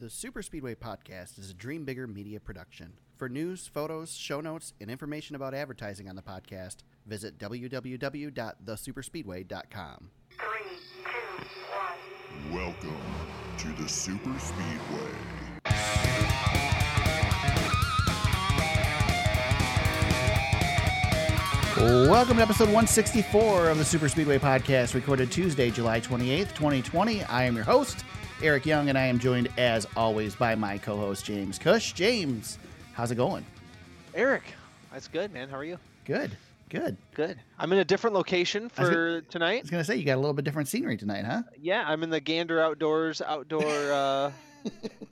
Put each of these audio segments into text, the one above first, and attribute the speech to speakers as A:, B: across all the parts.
A: The Super Speedway Podcast is a Dream Bigger media production. For news, photos, show notes, and information about advertising on the podcast, visit www.thesuperspeedway.com.
B: Three, two, one.
C: Welcome to the Super Speedway.
A: Welcome to episode 164 of the Super Speedway Podcast, recorded Tuesday, July 28th, 2020. I am your host, Eric Young, and I am joined, as always, by my co host, James Cush. James, how's it going?
D: Eric, that's good, man. How are you?
A: Good, good.
D: Good. I'm in a different location
A: I was
D: for
A: I was
D: tonight.
A: going to say, you got a little bit different scenery tonight, huh?
D: Yeah, I'm in the Gander Outdoors outdoor uh, uh,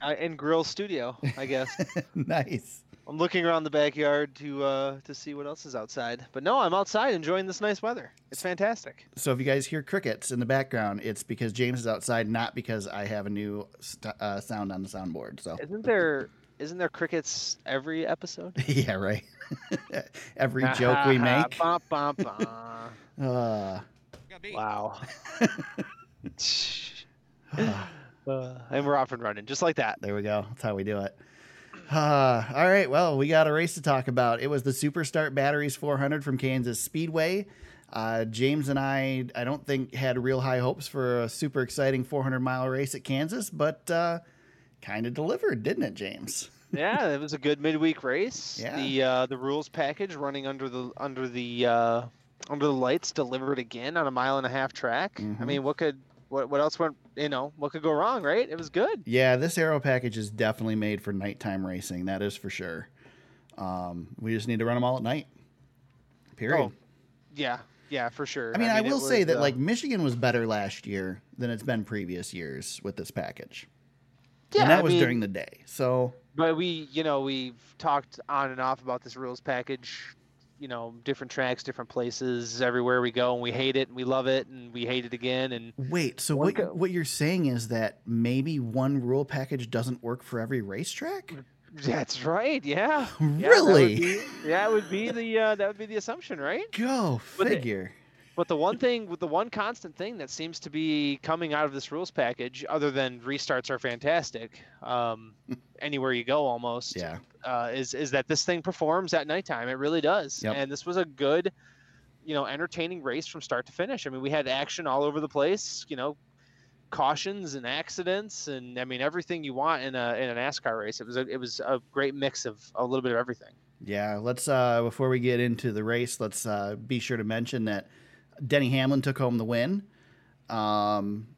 D: and grill studio. I guess
A: nice.
D: I'm looking around the backyard to uh, to see what else is outside. But no, I'm outside enjoying this nice weather. It's fantastic.
A: So if you guys hear crickets in the background, it's because James is outside, not because I have a new st- uh, sound on the soundboard. So
D: Isn't there isn't there crickets every episode?
A: yeah, right. Every joke we make.
D: Bah, bah, bah.
A: Uh,
D: wow. Uh, and we're off and running just like that.
A: there we go. That's how we do it. Uh, all right. Well, we got a race to talk about. It was the Superstart Batteries 400 from Kansas Speedway. Uh, James and I, I don't think, had real high hopes for a super exciting 400 mile race at Kansas, but uh, kind of delivered, didn't it, James?
D: yeah, it was a good midweek race.
A: Yeah.
D: The uh, the rules package running under the under the uh, under the lights delivered again on a mile and a half track. I
A: Mhm.
D: mean, what could what what else went you know what could go wrong, right? It was good.
A: Yeah, this aero package is definitely made for nighttime racing. That is for sure. Um, we just need to run them all at night. Period.
D: Oh, yeah, yeah, for sure.
A: I mean, I,
D: it
A: will say
D: was,
A: that
D: uh,
A: like Michigan was better last year than it's been previous years with this package,
D: yeah,
A: and that
D: I
A: was
D: mean,
A: during the day. So
D: But we, you know, we've talked on and off about this rules package. You know, different tracks, different places, everywhere we go, and we hate it, and we love it, and we hate it again, and
A: wait, so
D: One
A: what
D: co-
A: what you're saying is that maybe one rule package doesn't work for every racetrack?
D: That's right. Yeah. Yeah, that would
A: really?
D: be- that would be the uh, that would be the assumption, right?
A: Go
D: But it-
A: figure.
D: But the one thing, with the one constant thing that seems to be coming out of this rules package, other than restarts are fantastic, um, anywhere you go almost,
A: Yeah.
D: uh, is is that this thing performs at nighttime. It really does.
A: Yep.
D: And this was a good, you know, entertaining race from start to finish. I mean, we had action all over the place. You know, cautions and accidents, and I mean everything you want in a in a NASCAR race. It was a it was a great mix of a little bit of everything.
A: Yeah, let's uh before we get into the race, let's uh be sure to mention that Denny Hamlin took home the win. Um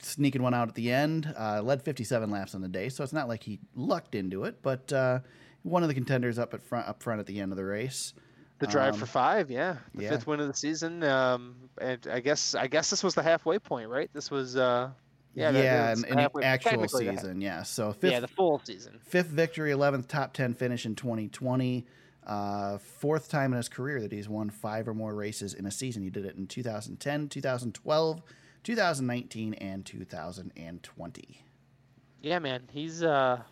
A: sneaking one out at the end, uh led 57 laps on the day, so it's not like he lucked into it, but uh one of the contenders up at front up front at the end of the race.
D: The drive
A: Um,
D: for five, yeah, the
A: yeah.
D: fifth win of the season. Um, and I guess I guess this was the halfway point, right? This was uh, yeah, that-
A: yeah,
D: that's
A: in, in the
D: halfway-
A: actual
D: technically the half-
A: season, yeah. So fifth
D: yeah, the full season.
A: fifth victory, 11th top 10 finish in 2020. Uh, fourth time in his career that he's won five or more races in a season. He did it in 2010, 2012, 2019, and 2020.
D: Yeah, man, he's uh,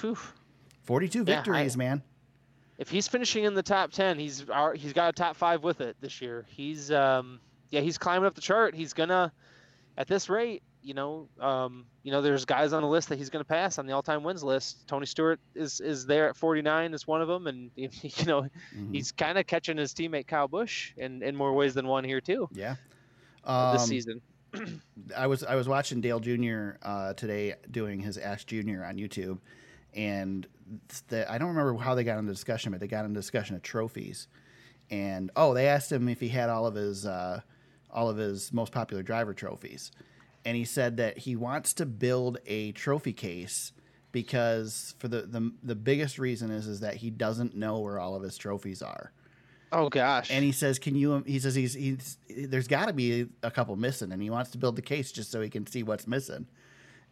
D: whew.
A: 42
D: Yeah, I-
A: victories, man.
D: if he's finishing in the top ten, he's al- he's got a top five with it this year. He's um, yeah, he's climbing up the chart. He's gonna at this rate, you know, um, you know, there's guys on the list that he's gonna pass on the all-time wins list. Tony Stewart is is there at 49 is one of them, and you know.
A: Mhm.
D: he's kind of catching his teammate Kyle Busch in, in more ways than one here too
A: yeah.
D: uh, this
A: Um,
D: season.
A: I was I was watching Dale Jr. Uh, today doing his Ask Jr. on YouTube, and it's the, I don't remember how they got into discussion, but they got into discussion of trophies, and oh, they asked him if he had all of his uh, all of his most popular driver trophies, and he said that he wants to build a trophy case because for the the, the biggest reason is is that he doesn't know where all of his trophies are.
D: Oh gosh,
A: And he says, "Can you?" um," He says, "He's, he's there's got to be a couple missing, and he wants to build the case just so he can see what's missing."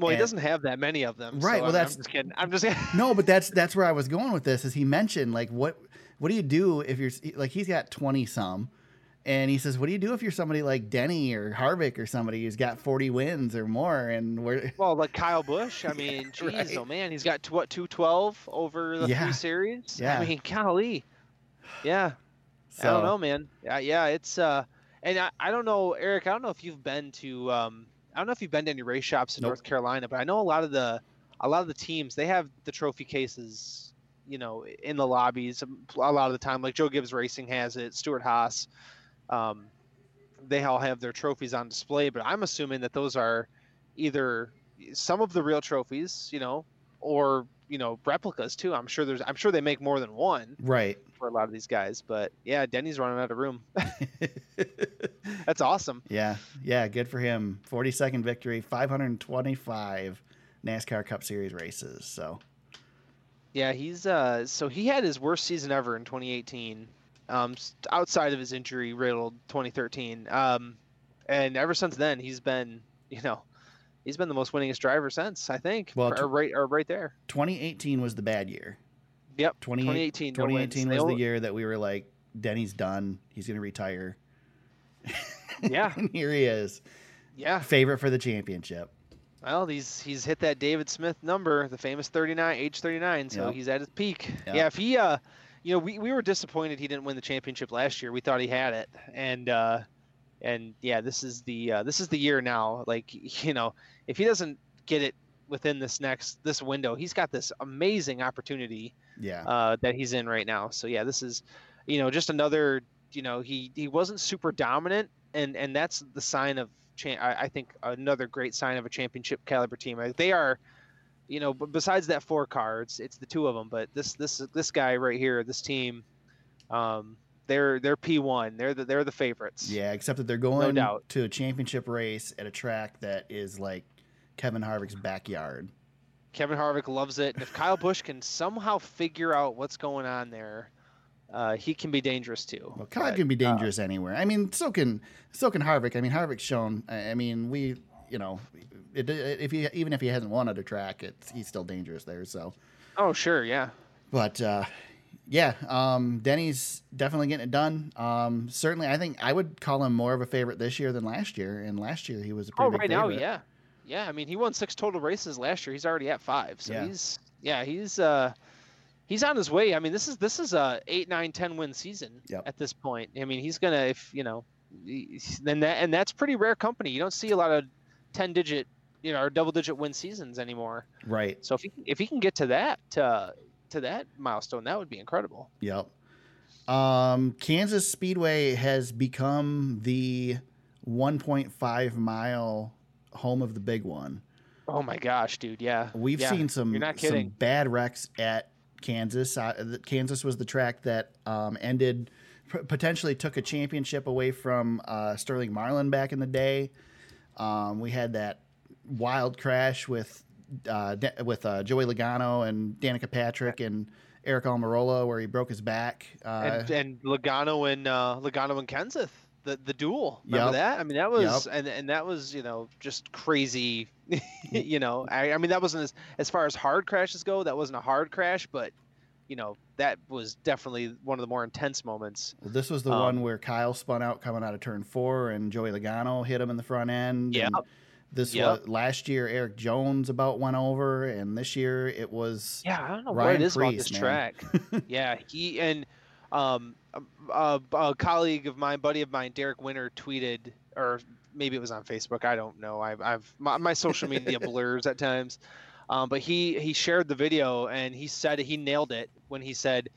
D: well, he
A: and-
D: doesn't have that many of them.
A: Right, well,
D: so I'm-
A: that's-
D: I'm just kidding. I'm just kidding.
A: No, but that's that's where I was going with this. Is he mentioned like what what do you do if you're like he's got twenty some, and he says, "What do you do if you're somebody like Denny or Harvick or somebody who's got forty wins or more?" And where
D: well, like Kyle Busch. I mean, jeez,
A: right.
D: oh man, he's got tw- what 212 over the
A: Yeah.
D: three series.
A: Yeah.
D: I mean, golly, yeah.
A: so,
D: I don't know, man. Yeah, yeah, it's uh, and I, I don't know, Eric. I don't know if you've been to um, I don't know if you've been to any race shops in
A: Nope.
D: North Carolina, but I know a lot of the a lot of the teams they have the trophy cases, you know, in the lobbies um, a lot of the time. Like Joe Gibbs Racing has it, Stuart Haas, um, they all have their trophies on display. But I'm assuming that those are either some of the real trophies, you know, or you know replicas too. I'm sure there's I'm sure they make more than one
A: Right.
D: for a lot of these guys. But yeah, Denny's running out of room. That's awesome.
A: yeah. Yeah. Good for him. 42nd victory, 525 NASCAR Cup Series races. So,
D: Yeah, he's uh so he had his worst season ever in 2018, um s- outside of his injury riddled 2013. Um and ever since then he's been, you know, he's been the most winningest driver since, I think.
A: Well,
D: or,
A: tw-
D: or right or right there.
A: 2018 was the bad year.
D: Yep.
A: 28
D: 2018 no wins.
A: 2018
D: They
A: was
D: o-
A: the year that we were like, Denny's done. He's going to retire.
D: Yeah.
A: and here he is.
D: Yeah.
A: Favorite for the championship.
D: Well, he's he's hit that David Smith number, the famous 39, age 39. So
A: Yep.
D: he's at his peak.
A: Yep.
D: Yeah, if he, uh, you know, we, we were disappointed he didn't win the championship last year. We thought he had it, and uh, and yeah, this is the uh, this is the year now. Like you know, if he doesn't get it within this next this window, he's got this amazing opportunity
A: Yeah.
D: uh, that he's in right now. So yeah, this is, you know, just another, you know, he he wasn't super dominant, and and that's the sign of, cha- I, I think another great sign of a championship caliber team. Like, They are, you know, b- besides that four car, it's it's the two of them, but this this this guy right here, this team, um, they're they're P one, they're the, they're the favorites.
A: Yeah, except that they're going
D: doubt.
A: to a championship race at a track that is like Kevin Harvick's backyard.
D: Kevin Harvick loves it, and if Kyle Busch can somehow figure out what's going on there. Uh, he can be dangerous too.
A: Well, Kyle
D: But,
A: can be
D: uh,
A: dangerous anywhere. I mean, so can so can Harvick. I mean, Harvick's shown. I I mean, we you know, it, it- if he even if he hasn't won at a track, it's he's still dangerous there. So,
D: oh sure, yeah.
A: but uh, yeah, um, Denny's definitely getting it done. Um, certainly, I think I would call him more of a favorite this year than last year. And last year he was a pretty
D: Oh,
A: big
D: right now,
A: favorite.
D: yeah, yeah. I mean, he won six total races last year. He's already at five, so
A: Yeah.
D: he's yeah, he's uh, he's on his way. I mean, this is this is a eight, nine, ten win season
A: Yep.
D: at this point. I mean, he's gonna if you know, he- then that and that's pretty rare company. You don't see a lot of ten digit, you know, or double digit win seasons anymore.
A: right.
D: So if he, if he can get to that uh, to that milestone, that would be incredible.
A: Yep. Um, Kansas Speedway has become the 1.5 mile home of the big one.
D: Oh my gosh, dude, yeah.
A: We've
D: Yeah,
A: seen some,
D: you're not
A: some
D: kidding.
A: bad wrecks at Kansas. Uh, the- Kansas was the track that um, ended, p- potentially took a championship away from uh, Sterling Marlin back in the day. Um, we had that wild crash with uh, Da- with uh, Joey Logano and Danica Patrick and Eric Almirola where he broke his back. Uh,
D: and, and Logano and uh, Logano and Kenseth, the the duel. Remember
A: Yup.
D: that? I mean, that was and and that was you know just crazy. you know, I, I mean that wasn't as as far as hard crashes go. That wasn't a hard crash, but you know that was definitely one of the more intense moments.
A: Well, this was the
D: Um,
A: one where Kyle spun out coming out of turn four, and Joey Logano hit him in the front end.
D: Yep.
A: and This
D: Yep.
A: was, last year, Eric Jones about went over, and this year it was
D: Yeah, I don't know what
A: Ryan
D: it is about this
A: Preece, man.
D: track. yeah, he and um, a, a, a colleague of mine, buddy of mine, Derek Winter, tweeted, or maybe it was on Facebook. I don't know. I've, I've my, my social media blurs at times, um, but he he shared the video and he said he nailed it when he said.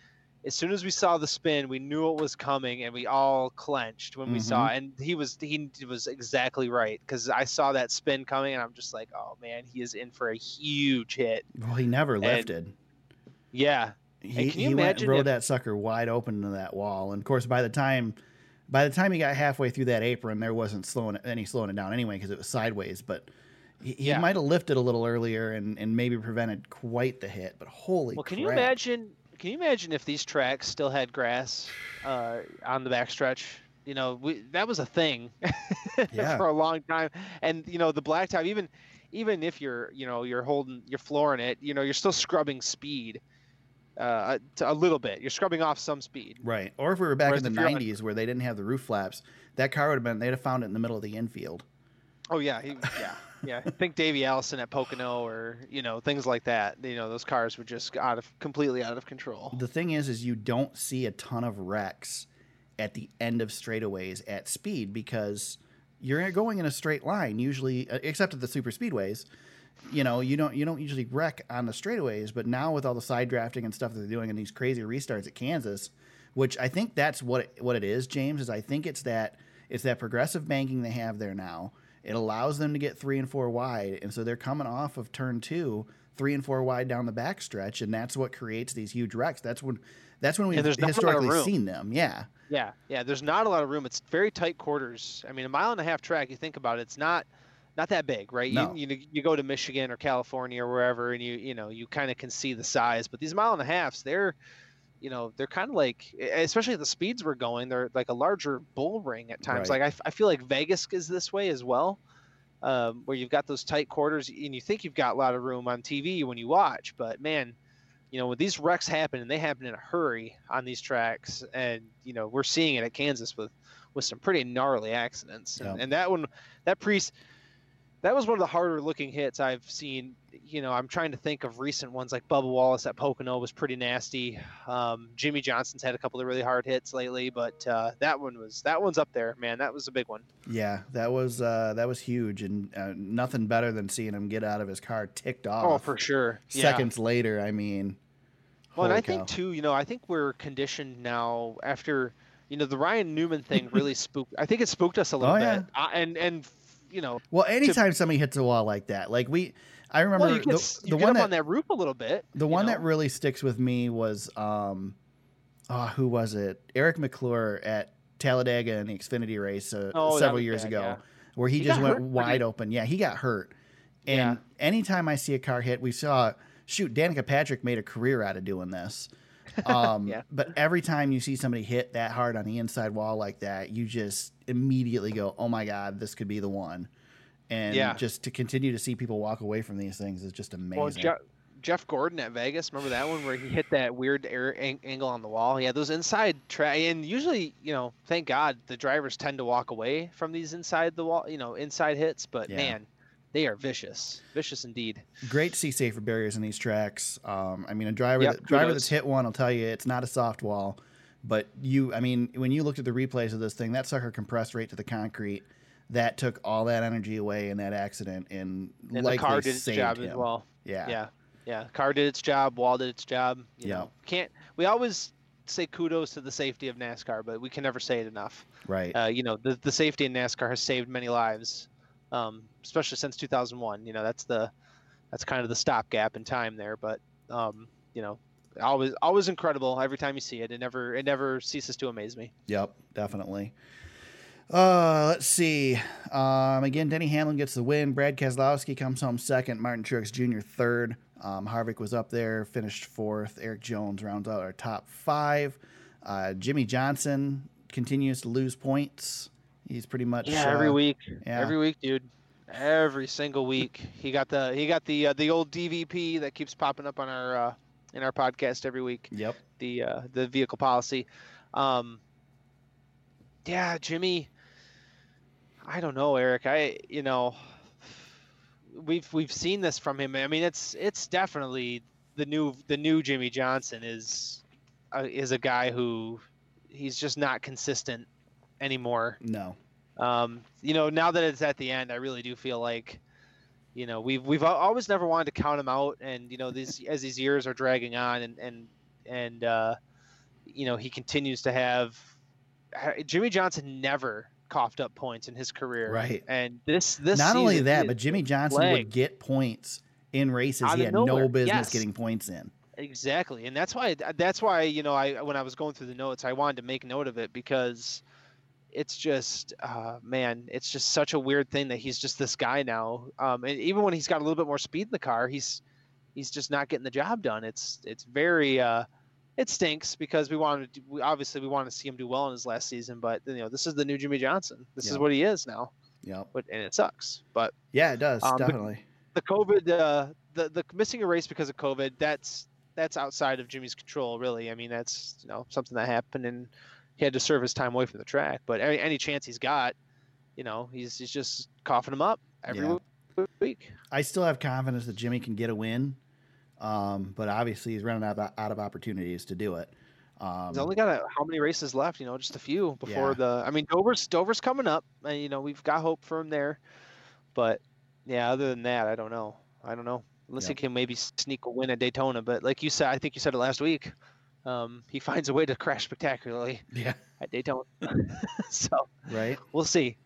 D: As soon as we saw the spin, we knew it was coming, and we all clenched when we saw.
A: Mm-hmm.
D: it. And he was he was exactly right because I saw that spin coming, and I'm just like, oh man, he is in for a huge hit.
A: well, he never lifted.
D: Yeah,
A: He,
D: can you
A: he went
D: imagine
A: and rode
D: if-
A: that sucker wide open to that wall, and of course, by the time by the time he got halfway through that apron, there wasn't slowing any slowing it down anyway because it was sideways, but. He, he
D: Yeah.
A: might have lifted a little earlier and, and maybe prevented quite the hit, but holy
D: Well, can you
A: crap.
D: imagine? Can you imagine if these tracks still had grass uh, on the backstretch? You know, we, that was a thing
A: Yeah.
D: for a long time. And you know, the blacktop, even even if you're you know you're holding you're flooring it, you know, you're still scrubbing speed uh, to a little bit. You're scrubbing off some speed.
A: Right. Or if we were back
D: Whereas
A: in
D: if
A: the
D: you're on-
A: 90s where they didn't have the roof flaps, that car would have been, they'd have found it in the middle of the infield.
D: Oh yeah, he, yeah, yeah. Think Davey Allison at Pocono or you know things like that. You know, those cars were just out of completely out of control.
A: The thing is, is you don't see a ton of wrecks at the end of straightaways at speed because you're going in a straight line, usually, uh, except at the super speedways. you know, you don't you don't usually wreck on the straightaways, but now with all the side drafting and stuff that they're doing and these crazy restarts at Kansas, which I think that's what it, what it is, James, is I think it's that it's that progressive banking they have there now. It allows them to get three and four wide, and so they're coming off of turn two, three and four wide down the back stretch, and that's what creates these huge wrecks. That's when that's when we've
D: there's not a lot of
A: historically
D: room.
A: seen them. Yeah.
D: Yeah, yeah. There's not a lot of room. It's very tight quarters. I mean, a mile and a half track. You think about it, it's not not that big, right?
A: No.
D: You, you you go to Michigan or California or wherever, and you you know you kind of can see the size. But these mile and a halfs, they're you know they're kind of like, e, especially at the speeds we're going, they're like a larger bull ring at times.
A: Right.
D: Like I, f- I feel like Vegas is this way as well. Um, where you've got those tight quarters and you think you've got a lot of room on TV when you watch, but man, you know, when these wrecks happen and they happen in a hurry on these tracks, and you know, we're seeing it at Kansas with with some pretty gnarly accidents. And,
A: Yeah.
D: and that one, that priest, that was one of the harder looking hits I've seen. You know, I'm trying to think of recent ones like Bubba Wallace at Pocono was pretty nasty. Um, Jimmy Johnson's had a couple of really hard hits lately, but uh, that one was that one's up there, man. That was a big one.
A: Yeah, that was uh, that was huge, and uh, nothing better than seeing him get out of his car ticked off.
D: Oh, for sure. Yeah.
A: Seconds later, I mean.
D: Well, and
A: holy
D: I
A: cow.
D: think too, you know, I think we're conditioned now after, you know, the Ryan Newman thing really spooked. I think it spooked us a little
A: Oh,
D: bit.
A: yeah.
D: Uh, and and you know,
A: Well, anytime somebody hits a wall like that, like we, I remember
D: well, you get,
A: the,
D: s-
A: the
D: you get
A: one
D: up
A: that
D: on that roof a little bit.
A: the
D: you
A: one
D: know?
A: that really sticks with me was, um, oh, who was it? Eric McClure at Talladega in the Xfinity race uh,
D: Oh, that
A: several
D: was
A: years
D: bad,
A: ago,
D: yeah.
A: where he,
D: He
A: just
D: got
A: went
D: hurt pretty-
A: wide open. Yeah, he got hurt. And anytime I see a car hit, we saw shoot Danica Patrick made a career out of doing this. Um,
D: Yeah.
A: But every time you see somebody hit that hard on the inside wall like that, you just immediately go, "Oh my god, this could be the one." And
D: Yeah.
A: just to continue to see people walk away from these things is just amazing.
D: Well, Jeff, Jeff Gordon at Vegas, remember that one where he hit that weird air an- angle on the wall? Yeah, those inside track, and usually, you know, thank God the drivers tend to walk away from these inside the wall, you know, inside hits. But
A: Yeah.
D: man, they are vicious, vicious indeed.
A: Great to see safer barriers in these tracks. Um, I mean, a driver
D: Yep,
A: that, driver
D: kudos.
A: that's hit one will tell you it's not a soft wall, but you, I mean, when you looked at the replays of this thing, that sucker compressed right to the concrete. That took all that energy away in that accident and,
D: And
A: likely
D: the car did its
A: saved
D: job
A: him.
D: as well.
A: Yeah.
D: yeah yeah car did its job wall did its job you
A: Yeah.
D: know can't we always say kudos to the safety of nascar but we can never say it enough
A: right.
D: uh, you know the, the safety in nascar has saved many lives um, especially since 2001 you know that's the that's kind of the stopgap in time there but um, you know always always incredible every time you see it it never it never ceases to amaze me
A: Yep, definitely. Uh, let's see. Um, again, Denny Hamlin gets the win. Brad Keselowski comes home second. Martin Truex Jr. third. Um, Harvick was up there, finished fourth. Eric Jones rounds out our top five. Uh, Jimmy Johnson continues to lose points. He's pretty much
D: yeah every
A: uh,
D: week
A: yeah.
D: every week dude every single week he got the he got the uh, the old dvp that keeps popping up on our uh, in our podcast every week
A: Yep.
D: the uh, the vehicle policy. Um, yeah, Jimmy. I don't know, Eric. I you know we've we've seen this from him. I mean, it's it's definitely the new the new Jimmy Johnson is uh, is a guy who he's just not consistent anymore.
A: No.
D: Um, you know, now that it's at the end, I really do feel like, you know, we've we've al- always never wanted to count him out, and you know, these as these years are dragging on, and and and uh, you know, he continues to have ha- Jimmy Johnson never coughed up points in his career,
A: Right.
D: And this this
A: Not only
D: season
A: that,
D: is
A: but Jimmy Johnson
D: plague.
A: would get points in races
D: Out
A: he
D: of
A: had
D: nowhere,
A: no business
D: yes.
A: getting points in.
D: Exactly, and that's why that's why you know I when I was going through the notes, I wanted to make note of it because it's just uh, man, it's just such a weird thing that he's just this guy now. Um, and even when he's got a little bit more speed in the car, he's he's just not getting the job done. It's it's very uh, it stinks because we wanted to, we, obviously we want to see him do well in his last season, but you know this is the new Jimmy Johnson. This
A: Yeah.
D: is what he is now,
A: Yep.
D: but and it sucks. But
A: Yeah, it does
D: Um, but-
A: definitely.
D: the COVID, uh, the the missing a race because of COVID, that's that's outside of Jimmy's control, really. I mean, that's you know something that happened, and he had to serve his time away from the track. But any, any chance he's got, you know, he's he's just coughing him up every
A: Yeah.
D: w- week.
A: I still have confidence that Jimmy can get a win, um, but obviously he's running out of, out of opportunities to do it. Um,
D: He's only got a, how many races left? You know, just a few before
A: Yeah.
D: the. I mean, Dover's Dover's coming up, and you know we've got hope for him there, but yeah, other than that, I don't know. I don't know. Unless
A: Yeah.
D: he can maybe sneak a win at Daytona, but like you said, I think you said it last week. Um, he finds a way to crash spectacularly
A: Yeah.
D: at Daytona. so
A: Right.
D: we'll see.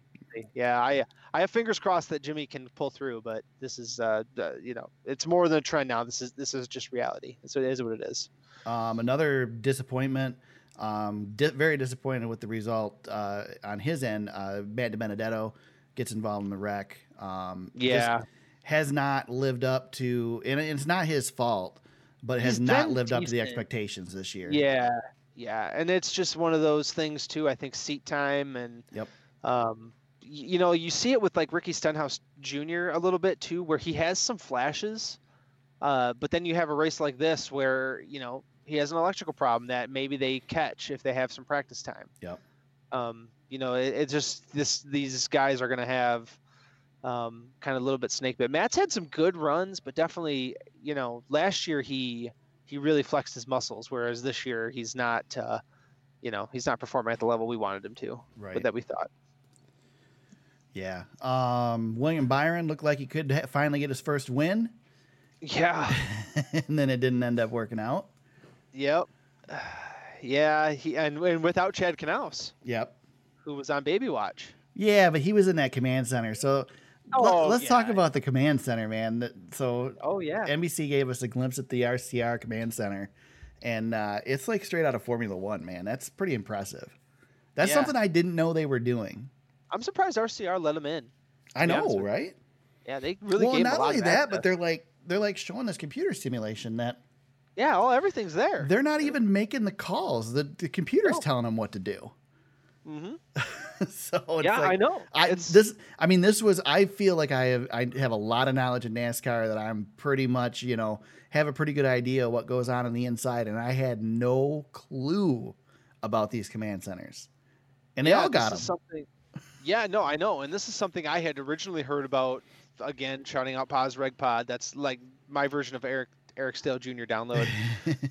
D: Yeah, I I have fingers crossed that Jimmy can pull through, but this is uh, the- you know it's more than a trend now. This is this is just reality. So it is what it is.
A: Um, another disappointment. Um, di- very disappointed with the result uh, on his end. Uh, Matt De Benedetto gets involved in the wreck. Um, just
D: Yeah.
A: has not lived up to, and it's not his fault, but has
D: He's
A: not
D: been
A: lived up to the
D: decent.
A: expectations this year.
D: Yeah, yeah, and it's just one of those things too. I think seat time and
A: Yep.
D: um, y- you know, you see it with like Ricky Stenhouse Jr. a little bit too, where he has some flashes, uh, but then you have a race like this where you know he has an electrical problem that maybe they catch if they have some practice time.
A: Yep.
D: Um, you know, it, it just this these guys are gonna have. Um, kind of a little bit snake bit. Matt's had some good runs, but definitely, you know, last year he he really flexed his muscles, whereas this year he's not, uh, you know, he's not performing at the level we wanted him to,
A: Right.
D: but that we thought.
A: yeah. Um, William Byron looked like he could ha- finally get his first win,
D: Yeah.
A: and then it didn't end up working out.
D: Yep. Yeah. He and, and without Chad Knaus,
A: Yep.
D: who was on baby watch.
A: Yeah, but he was in that command center. So
D: Oh,
A: let, us talk
D: yeah.
A: about the command center, man. That- So
D: Oh yeah.
A: NBC gave us a glimpse at the RCR command center, and uh, it's like straight out of Formula One, man. That's pretty impressive. That's
D: Yeah.
A: something I didn't know they were doing.
D: I'm surprised RCR let him in.
A: I
D: To be
A: know,
D: honest with you.
A: right?
D: Yeah, they really
A: well,
D: gave him
A: not
D: a lot
A: only
D: of
A: that, but
D: access.
A: they're like they're like showing this computer simulation that
D: yeah, all everything's there.
A: they're not even making the calls. The, the computer's
D: No.
A: telling them what to do.
D: hmm
A: so it's
D: Yeah,
A: like,
D: I know.
A: I
D: It's-
A: this I mean this was I feel like I have I have a lot of knowledge in NASCAR that I'm pretty much you know have a pretty good idea what goes on on the inside and I had no clue about these command centers and they
D: yeah,
A: all got
D: this is
A: them
D: something. Yeah, no, I know, and this is something I had originally heard about. Again, shouting out Paz Reg Pod. That's like my version of Eric Eric Stale Jr. download.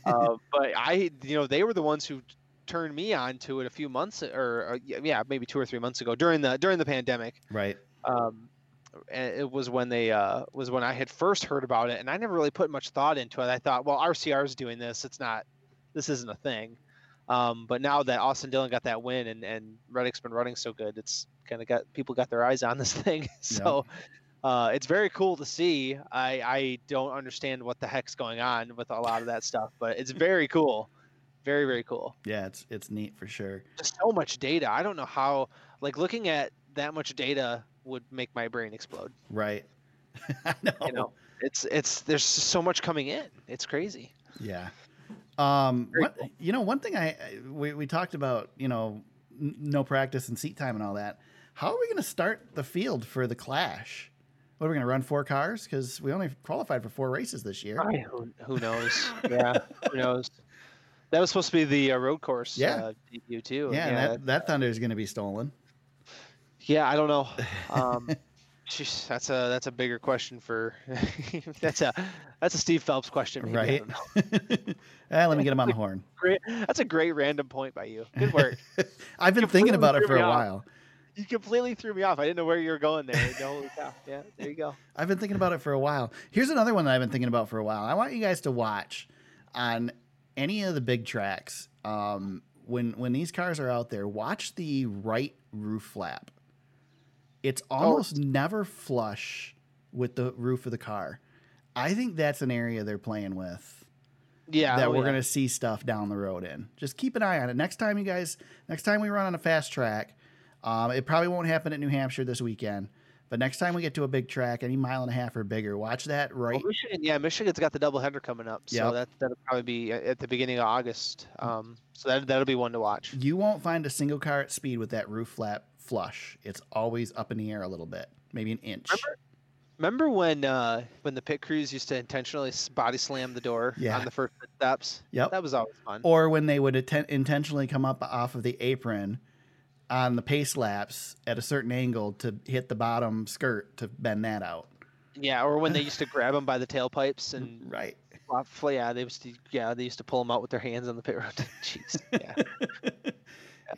D: uh, but I, you know, they were the ones who turned me on to it a few months, or uh, y- yeah, maybe two or three months ago during the during the pandemic.
A: right
D: Um, and it was when they uh, was when I had first heard about it, and I never really put much thought into it. I thought, well, RCR is doing this; it's not, this isn't a thing. Um, but now that Austin Dillon got that win and and Reddick's been running so good, it's kind of got people got their eyes on this thing. so uh, it's very cool to see. I I don't understand what the heck's going on with a lot of that stuff, but it's very cool, very very cool
A: yeah it's it's neat for sure
D: just so much data. I don't know how like looking at that much data would make my brain explode.
A: right I know
D: You know, it's it's there's so much coming in. It's crazy.
A: Yeah. Um,
D: Very
A: one- you know, one thing I I- we, we talked about, you know, n- no practice and seat time and all that. How are we going to start the field for the Clash? What are we going to run four cars? Because we only qualified for four races this year.
D: who, who knows? yeah, who knows? That was supposed to be the uh, road course.
A: Yeah.
D: uh, debut too.
A: yeah, and
D: yeah,
A: that, that thunder is going to be stolen.
D: yeah, I don't know. Um, jeez, that's a that's a bigger question for that's a that's a Steve Phelps question. maybe, I
A: Right.
D: don't know.
A: Ah, let me get him on the horn.
D: Great. That's a great random point by you. Good work.
A: I've been
D: Completely
A: thinking about it
D: threw
A: for
D: me
A: a
D: off.
A: while.
D: you completely threw me off. I didn't know where you were going there. Holy cow. Yeah, there you go.
A: I've been thinking about it for a while. Here's another one that I've been thinking about for a while. I want you guys to watch on any of the big tracks um, when when these cars are out there. Watch the right roof flap. It's almost never flush with the roof of the car. I think that's an area they're playing with
D: Yeah,
A: that
D: oh,
A: we're
D: yeah.
A: gonna see stuff down the road in. Just keep an eye on it. Next time you guys, next time we run on a fast track, um, it probably won't happen at New Hampshire this weekend. But next time we get to a big track, any mile and a half or bigger, watch that right.
D: Well, Michigan, yeah, Michigan's got the doubleheader coming up, so
A: Yep.
D: that that'll probably be a- at the beginning of August. Um, so that that'll be one to watch.
A: You won't find a single car at speed with that roof flap flush. It's always up in the air a little bit, maybe an inch.
D: Remember- Remember when uh, when the pit crews used to intentionally s- body slam the door
A: Yeah.
D: on the first pit stops?
A: Yep. Oh.
D: That was always fun.
A: Or when they would atten- intentionally come up off of the apron on the pace laps at a certain angle to hit the bottom skirt to bend that out.
D: yeah, or when they used to grab them by the tailpipes and
A: Right.
D: flop, fl- yeah, they used to yeah they used to pull them out with their hands on the pit road. Jeez, yeah,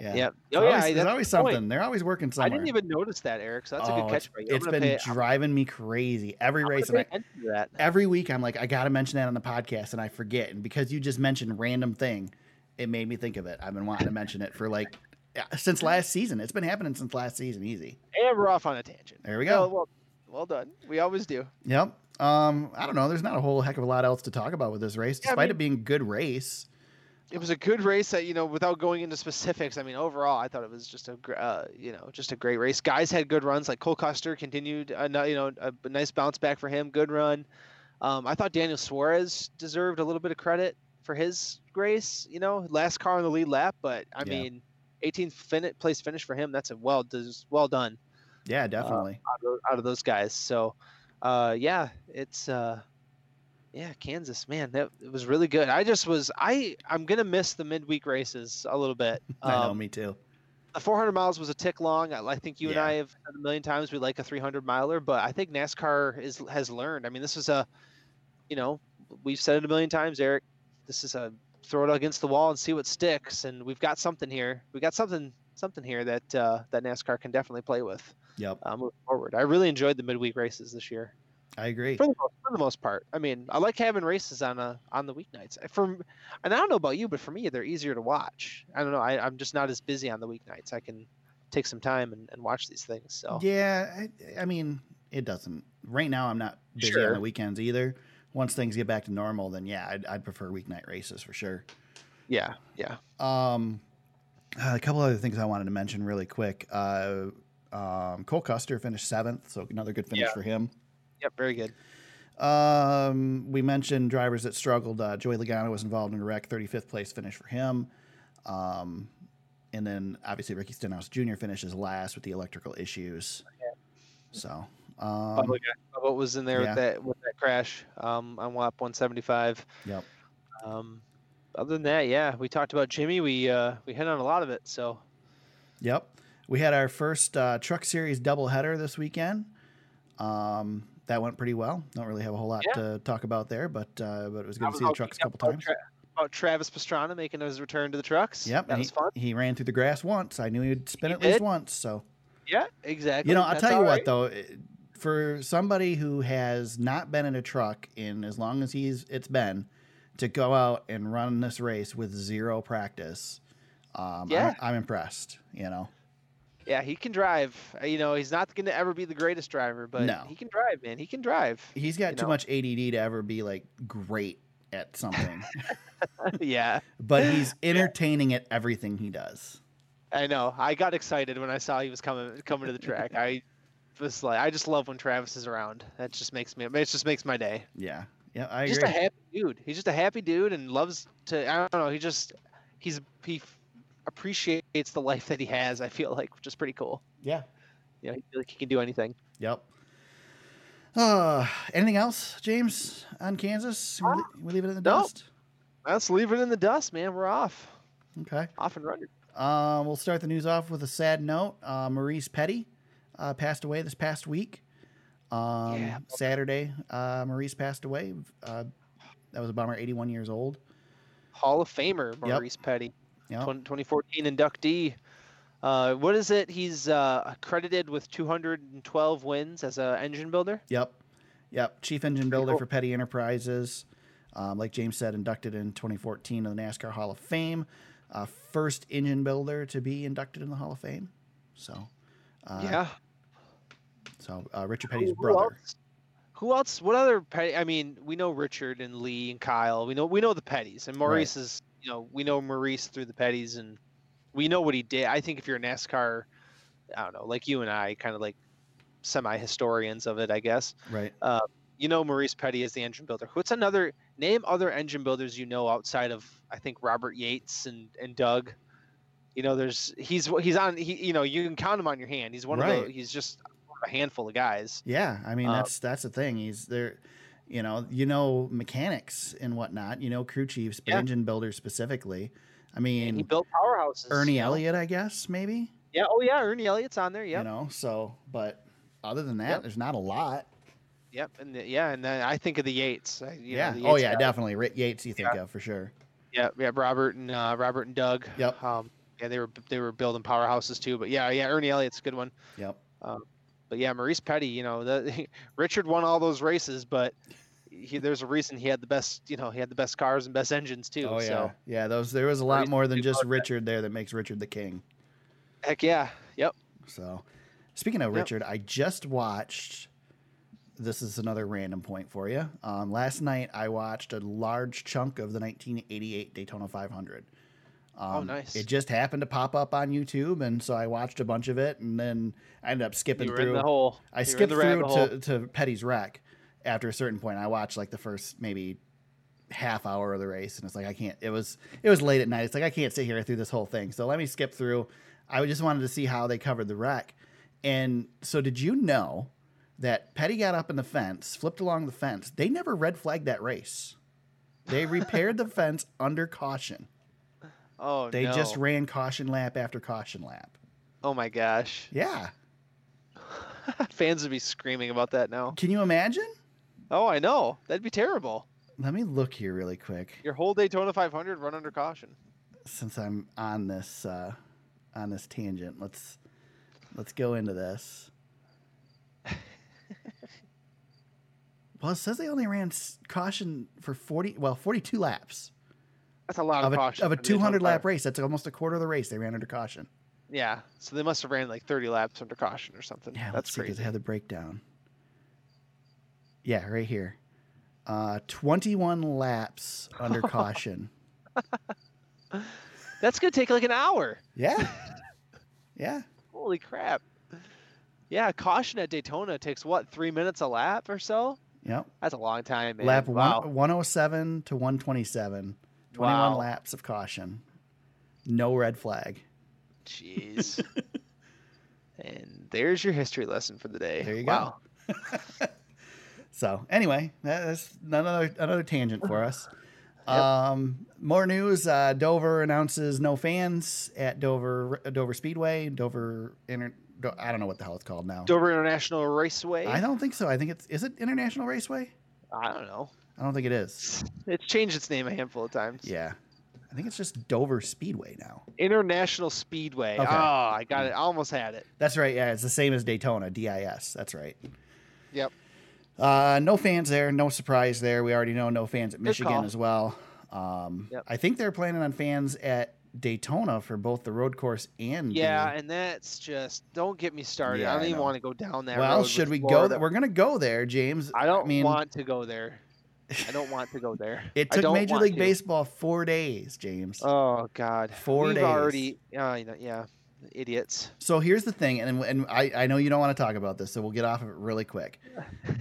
A: Yeah.
E: Yep.
A: There's
E: Oh yeah.
A: always-
E: that's
A: there's
E: a
A: always
E: good point.
A: something. They're always working
E: I
A: somewhere.
E: didn't even notice that, Eric. So that's a
A: Oh,
E: good
A: it's-
E: catch by you. I'm
A: it's
E: gonna pay,
A: been driving me crazy every
E: I'm gonna
A: race,
E: pay
A: and I,
E: attention to that.
A: every week I'm like, I gotta mention that on the podcast, and I forget. And because you just mentioned random thing, it made me think of it. I've been wanting to mention it for like yeah, since last season. It's been happening since last season. Easy.
E: And we're off on a tangent.
A: There we
D: No,
A: go.
D: Oh, well, well done. We always do.
A: Yep. Um, I don't know. There's not a whole heck of a lot else to talk about with this race,
E: Yeah, I
A: despite it being a good race.
D: It was a good race. That you know, without going into specifics, I mean, overall, I thought it was just a gr- uh, you know just a great race. Guys had good runs. Like Cole Custer continued, a, ni- you know, a b- nice bounce back for him. Good run. Um, I thought Daniel Suarez deserved a little bit of credit for his race. You know, last car on the lead lap, but I
A: Yeah.
D: mean, 18th fin- place finish for him. That's a well does well done.
A: Yeah, definitely.
D: out of, out of those guys. So, uh, yeah, it's uh, yeah, Kansas, man, that it was really good. I just was, I, I'm gonna miss the midweek races a little bit.
E: Uh,
A: I know,
D: Um,
A: me too.
D: the 400 miles was a tick long. I, I think you and
A: Yeah.
D: I have said a million times we like a 300 miler, but I think NASCAR is has learned. I mean, this is a, you know, we've said it a million times, Eric. This is a throw it against the wall and see what sticks, and we've got something here. We got something something here that uh, that NASCAR can definitely play with
A: Yep,
D: uh, moving forward. I really enjoyed the midweek races this year,
A: I agree.
D: for the, most, for the most part. I mean, I like having races on uh, on the weeknights. For m- and I don't know about you, but for me, they're easier to watch. I don't know. I, I'm just not as busy on the weeknights. I can take some time and, and watch these things. So
A: Yeah, I, I mean, it doesn't. Right now, I'm not busy on
D: Sure.
A: the weekends either. Once things get back to normal, then yeah, I'd, I'd prefer weeknight races for sure.
D: yeah, yeah.
A: Um, uh, a couple other things I wanted to mention really quick. Uh, um, Cole Custer finished seventh, so another good finish for him.
D: Yep, very good.
A: Um, we mentioned drivers that struggled. Uh, Joey Logano was involved in a wreck, 35th place finish for him. Um, and then obviously Ricky Stenhouse Jr. finishes last with the electrical issues. So, um,
D: Bubba got- Bubba was in there
A: yeah.
D: with that with that crash um, on WAP 175.
A: Yep.
D: Um, other than that, yeah, we talked about Jimmy. We uh, we hit on a lot of it. So
A: Yep. We had our first uh, Truck Series doubleheader this weekend. Um, that went pretty well. Don't really have a whole lot to talk about there, but uh, but it was
D: I
A: good to
D: was
A: see the
D: all
A: trucks a
D: geeked up
A: couple
D: about
A: times.
D: Tra- about Travis Pastrana making his return to the trucks.
A: Yep,
D: that
A: and
D: was
A: he,
D: fun.
A: he ran through the grass once. I knew he'd spin
D: He
A: at least
D: did.
A: once. So
D: Yeah, exactly.
A: you know, I'll
D: That's
A: tell you
D: all
A: what
D: right.
A: though, it- for somebody who has not been in a truck in as long as he's it's been, to go out and run this race with zero practice, um,
D: Yeah.
A: I'm, I'm impressed. You know,
D: Yeah, he can drive. Uh, You know, he's not going to ever be the greatest driver, but
A: No.
D: he can drive, man. He can drive.
A: he's got
D: You
A: too
D: know.
A: much ADD to ever be like great at something.
D: yeah,
A: but he's entertaining at everything he does.
D: I know. I got excited when I saw he was coming coming to the track. I was like, I just love when Travis is around. That just makes me. It just makes my day.
A: Yeah, yeah, I
D: He's just
A: agree.
D: a happy dude. He's just a happy dude and loves to. I don't know. He just he's he f- appreciates the life that he has. I feel like, which is pretty cool.
A: yeah,
D: You know, he feel like he can do anything.
A: yep. Uh, anything else, James, on Kansas? We, le- we leave it in the
D: no.
A: dust.
D: Let's leave it in the dust, man. We're off,
A: Okay.
D: off and running.
A: Uh, we'll start the news off with a sad note. Uh, Maurice Petty uh, passed away this past week. Um,
D: Yeah.
A: Saturday, uh, Maurice passed away. Uh, that was a bummer. 81 years old.
D: Hall of Famer Maurice Petty.
A: Yep.
D: 20- 2014 inductee. Uh, what is it? He's uh, credited with 212 wins as an engine builder.
A: Yep. Yep. Chief engine builder
D: cool.
A: for Petty Enterprises. Um, like James said, inducted in 2014 to the NASCAR Hall of Fame. Uh, first engine builder to be inducted in the Hall of Fame. So, uh,
D: yeah.
A: So uh, Richard Petty's
D: Who
A: brother.
D: else? Who else? What other Petty? I mean, we know Richard and Lee and Kyle. We know we know the Petties and Maurice is. You know, we know Maurice through the Petties and we know what he did. I think if you're a NASCAR, I don't know, like you and I, kind of like semi historians of it, I guess.
A: Right.
D: you know Maurice Petty is the engine builder. What's another name other engine builders you know outside of I think Robert Yates and and Doug. You know, there's he's he's on he you know you can count him on your hand. He's one of
A: Right.
D: the he's just a handful of guys.
A: Yeah. I mean,
D: Uh,
A: that's that's the thing. He's there. You know, you know mechanics and whatnot. You know crew chiefs, but
D: Yeah.
A: engine builders specifically. I
D: And he
A: mean,
D: built powerhouses.
A: Ernie
D: you know?
A: Elliott, I guess maybe.
D: Yeah. Oh yeah, Ernie Elliott's on there.
A: You
D: Yep.
A: know. So, but other than that,
D: Yep.
A: there's not a lot.
D: Yep. And the, yeah, and then I think of the Yates. I- you know,
A: yeah.
D: the
A: oh
D: Yates
A: yeah,
D: guys.
A: definitely. Rick Yates, you think of for sure.
D: Yeah. Yeah. Robert and uh, Robert and Doug.
A: Yep.
D: Um, Yeah, they were they were building powerhouses too. But yeah, yeah, Ernie Elliott's a good one.
A: Yep.
D: But yeah, Maurice Petty, you know, the, Richard won all those races, but he, there's a reason he had the best, you know, he had the best cars and best engines too.
A: Oh yeah,
D: So
A: yeah. Those there was a lot
D: Maurice
A: more than
D: Petty
A: just
D: loved that.
A: Richard there that makes Richard the king.
D: heck yeah, yep.
A: So, speaking of
D: Yep.
A: Richard, I just watched. This is another random point for you. Um, last night, I watched a large chunk of the 1988 Daytona 500. Um,
D: Oh, nice.
A: It just happened to pop up on YouTube, and so I watched a bunch of it, and then I ended up skipping
D: You were
A: through.
D: in the hole.
A: I
D: You were in
A: skipped
D: the rabbit
A: through
D: hole.
A: to, to Petty's wreck after a certain point. I watched like the first maybe half hour of the race, and it's like I can't. It was it was late at night. It's like I can't sit here through this whole thing. So let me skip through. I just wanted to see how they covered the wreck. And so did you know that Petty got up in the fence, flipped along the fence. They never red flagged that race. They repaired the fence under caution.
D: Oh
A: They
D: no.
A: just ran caution lap after caution lap.
D: oh my gosh,
A: Yeah.
D: fans would be screaming about that now.
A: Can you imagine?
D: Oh, I know. That'd be terrible.
A: Let me look here really quick.
D: Your whole Daytona 500 run under caution.
A: since I'm on this uh, on this tangent, let's let's go into this. well, it says they only ran s- caution for forty, well, forty-two laps
D: That's a lot
A: of
D: of,
A: a,
D: caution
A: of a
D: for the Daytona
A: two hundred lap
D: 500.
A: race. That's almost a quarter of the race they ran under caution.
D: Yeah, so they must have ran like 30 laps under caution or something.
A: Yeah,
D: That's
A: let's see 'cause
D: crazy.
A: they have the breakdown. Yeah, right here. Uh, twenty-one laps under caution.
D: That's gonna take like an hour.
A: Yeah, yeah.
D: Holy crap. Yeah, caution at Daytona takes what, three minutes a lap or so?
A: Yep.
D: That's a long time, man.
A: Lap
D: wow.
A: one, 107 to 127. 21
D: Wow.
A: laps of caution. No red flag.
D: Jeez. and there's your history lesson for the day.
A: There you
D: wow.
A: So, anyway, that- that's another another tangent for us. Um, more news. Uh, Dover announces no fans at Dover uh, Dover Speedway. Dover Inter. Do- I don't know what the hell it's called now.
D: Dover International Raceway.
A: I don't think so. I think it's is it International Raceway.
D: I don't know.
A: I don't think it is.
D: It's changed its name a handful of times.
A: Yeah, I think it's just Dover Speedway now.
D: International Speedway.
A: Okay. Mm.
D: Oh, I got it. I almost had it.
A: That's right. Yeah, it's the same as Daytona, DIS. That's right.
D: Yep.
A: Uh, no fans there. No surprise there. We already know no fans at Michigan
D: call.
A: as well. Um,
D: Yep.
A: I think they're planning on fans at Daytona for both the road course and
D: Yeah,
A: The,
D: and that's just don't get me
A: Mm-hmm.
D: started.
A: Yeah,
D: I
A: I
D: don't even
A: know.
D: want to go down that road.
A: well,
D: with
A: should we go?
D: Florida.
A: That we're gonna go there, James.
D: I don't
A: mean,
D: want to go there. I don't want to go there.
A: it
D: I
A: took
D: don't
A: Major
D: want
A: League
D: to.
A: Baseball four days, James.
D: Oh God,
A: Four
D: We've
A: days.
D: already. Uh, you know, yeah, idiots.
A: so here's the thing, and and I, I know you don't want to talk about this, so we'll get off of it really quick.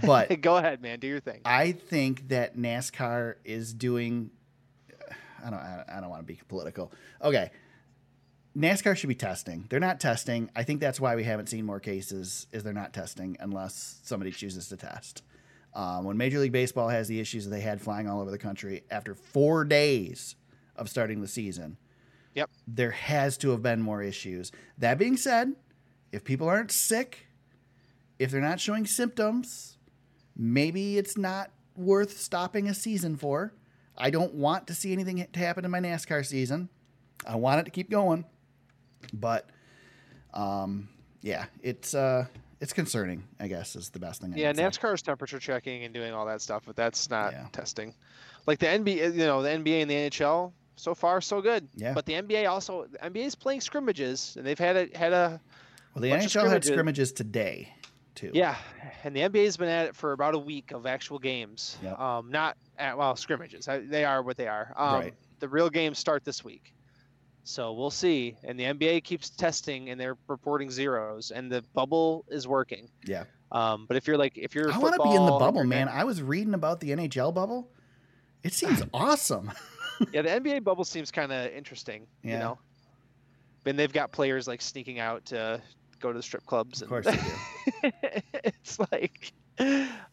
A: But
D: go ahead, man. Do your thing.
A: I think that NASCAR is doing. I don't. I I don't want to be political. Okay, NASCAR should be testing. They're not testing. I think that's why we haven't seen more cases. Is they're not testing unless somebody chooses to test. Um, when Major League Baseball has the issues that they had flying all over the country after four days of starting the season,
D: Yep.
A: there has to have been more issues. That being said, if people aren't sick, if they're not showing symptoms, maybe it's not worth stopping a season for. I don't want to see anything ha- to happen in my NASCAR season. I want it to keep going, but um, yeah, it's uh, it's concerning. I guess is the best thing. I
D: Yeah,
A: can say.
D: NASCAR is temperature checking and doing all that stuff, but that's not
A: Yeah.
D: testing. Like the NBA, you know, the NBA and the NHL, so far so good.
A: Yeah.
D: But the NBA also, the NBA is playing scrimmages, and they've had a had a
A: Well, the
D: bunch
A: NHL
D: of
A: had
D: scrimmages.
A: scrimmages today, too.
D: yeah, and the NBA has been at it for about a week of actual games.
A: Yep.
D: Um, not at well scrimmages. I, they are what they are. Um,
A: Right.
D: The real games start this week, so we'll see. And the NBA keeps testing, and they're reporting zeros, and the bubble is working.
A: Yeah.
D: Um, but if you're like, if you're
A: I want to be in the
D: football,
A: bubble,
D: you're
A: man. I was reading about the NHL bubble. It seems awesome.
D: yeah, the NBA bubble seems kind of interesting.
A: Yeah.
D: You know, and they've got players like sneaking out to go to the strip clubs.
A: Of
D: and
A: course they do.
D: it's like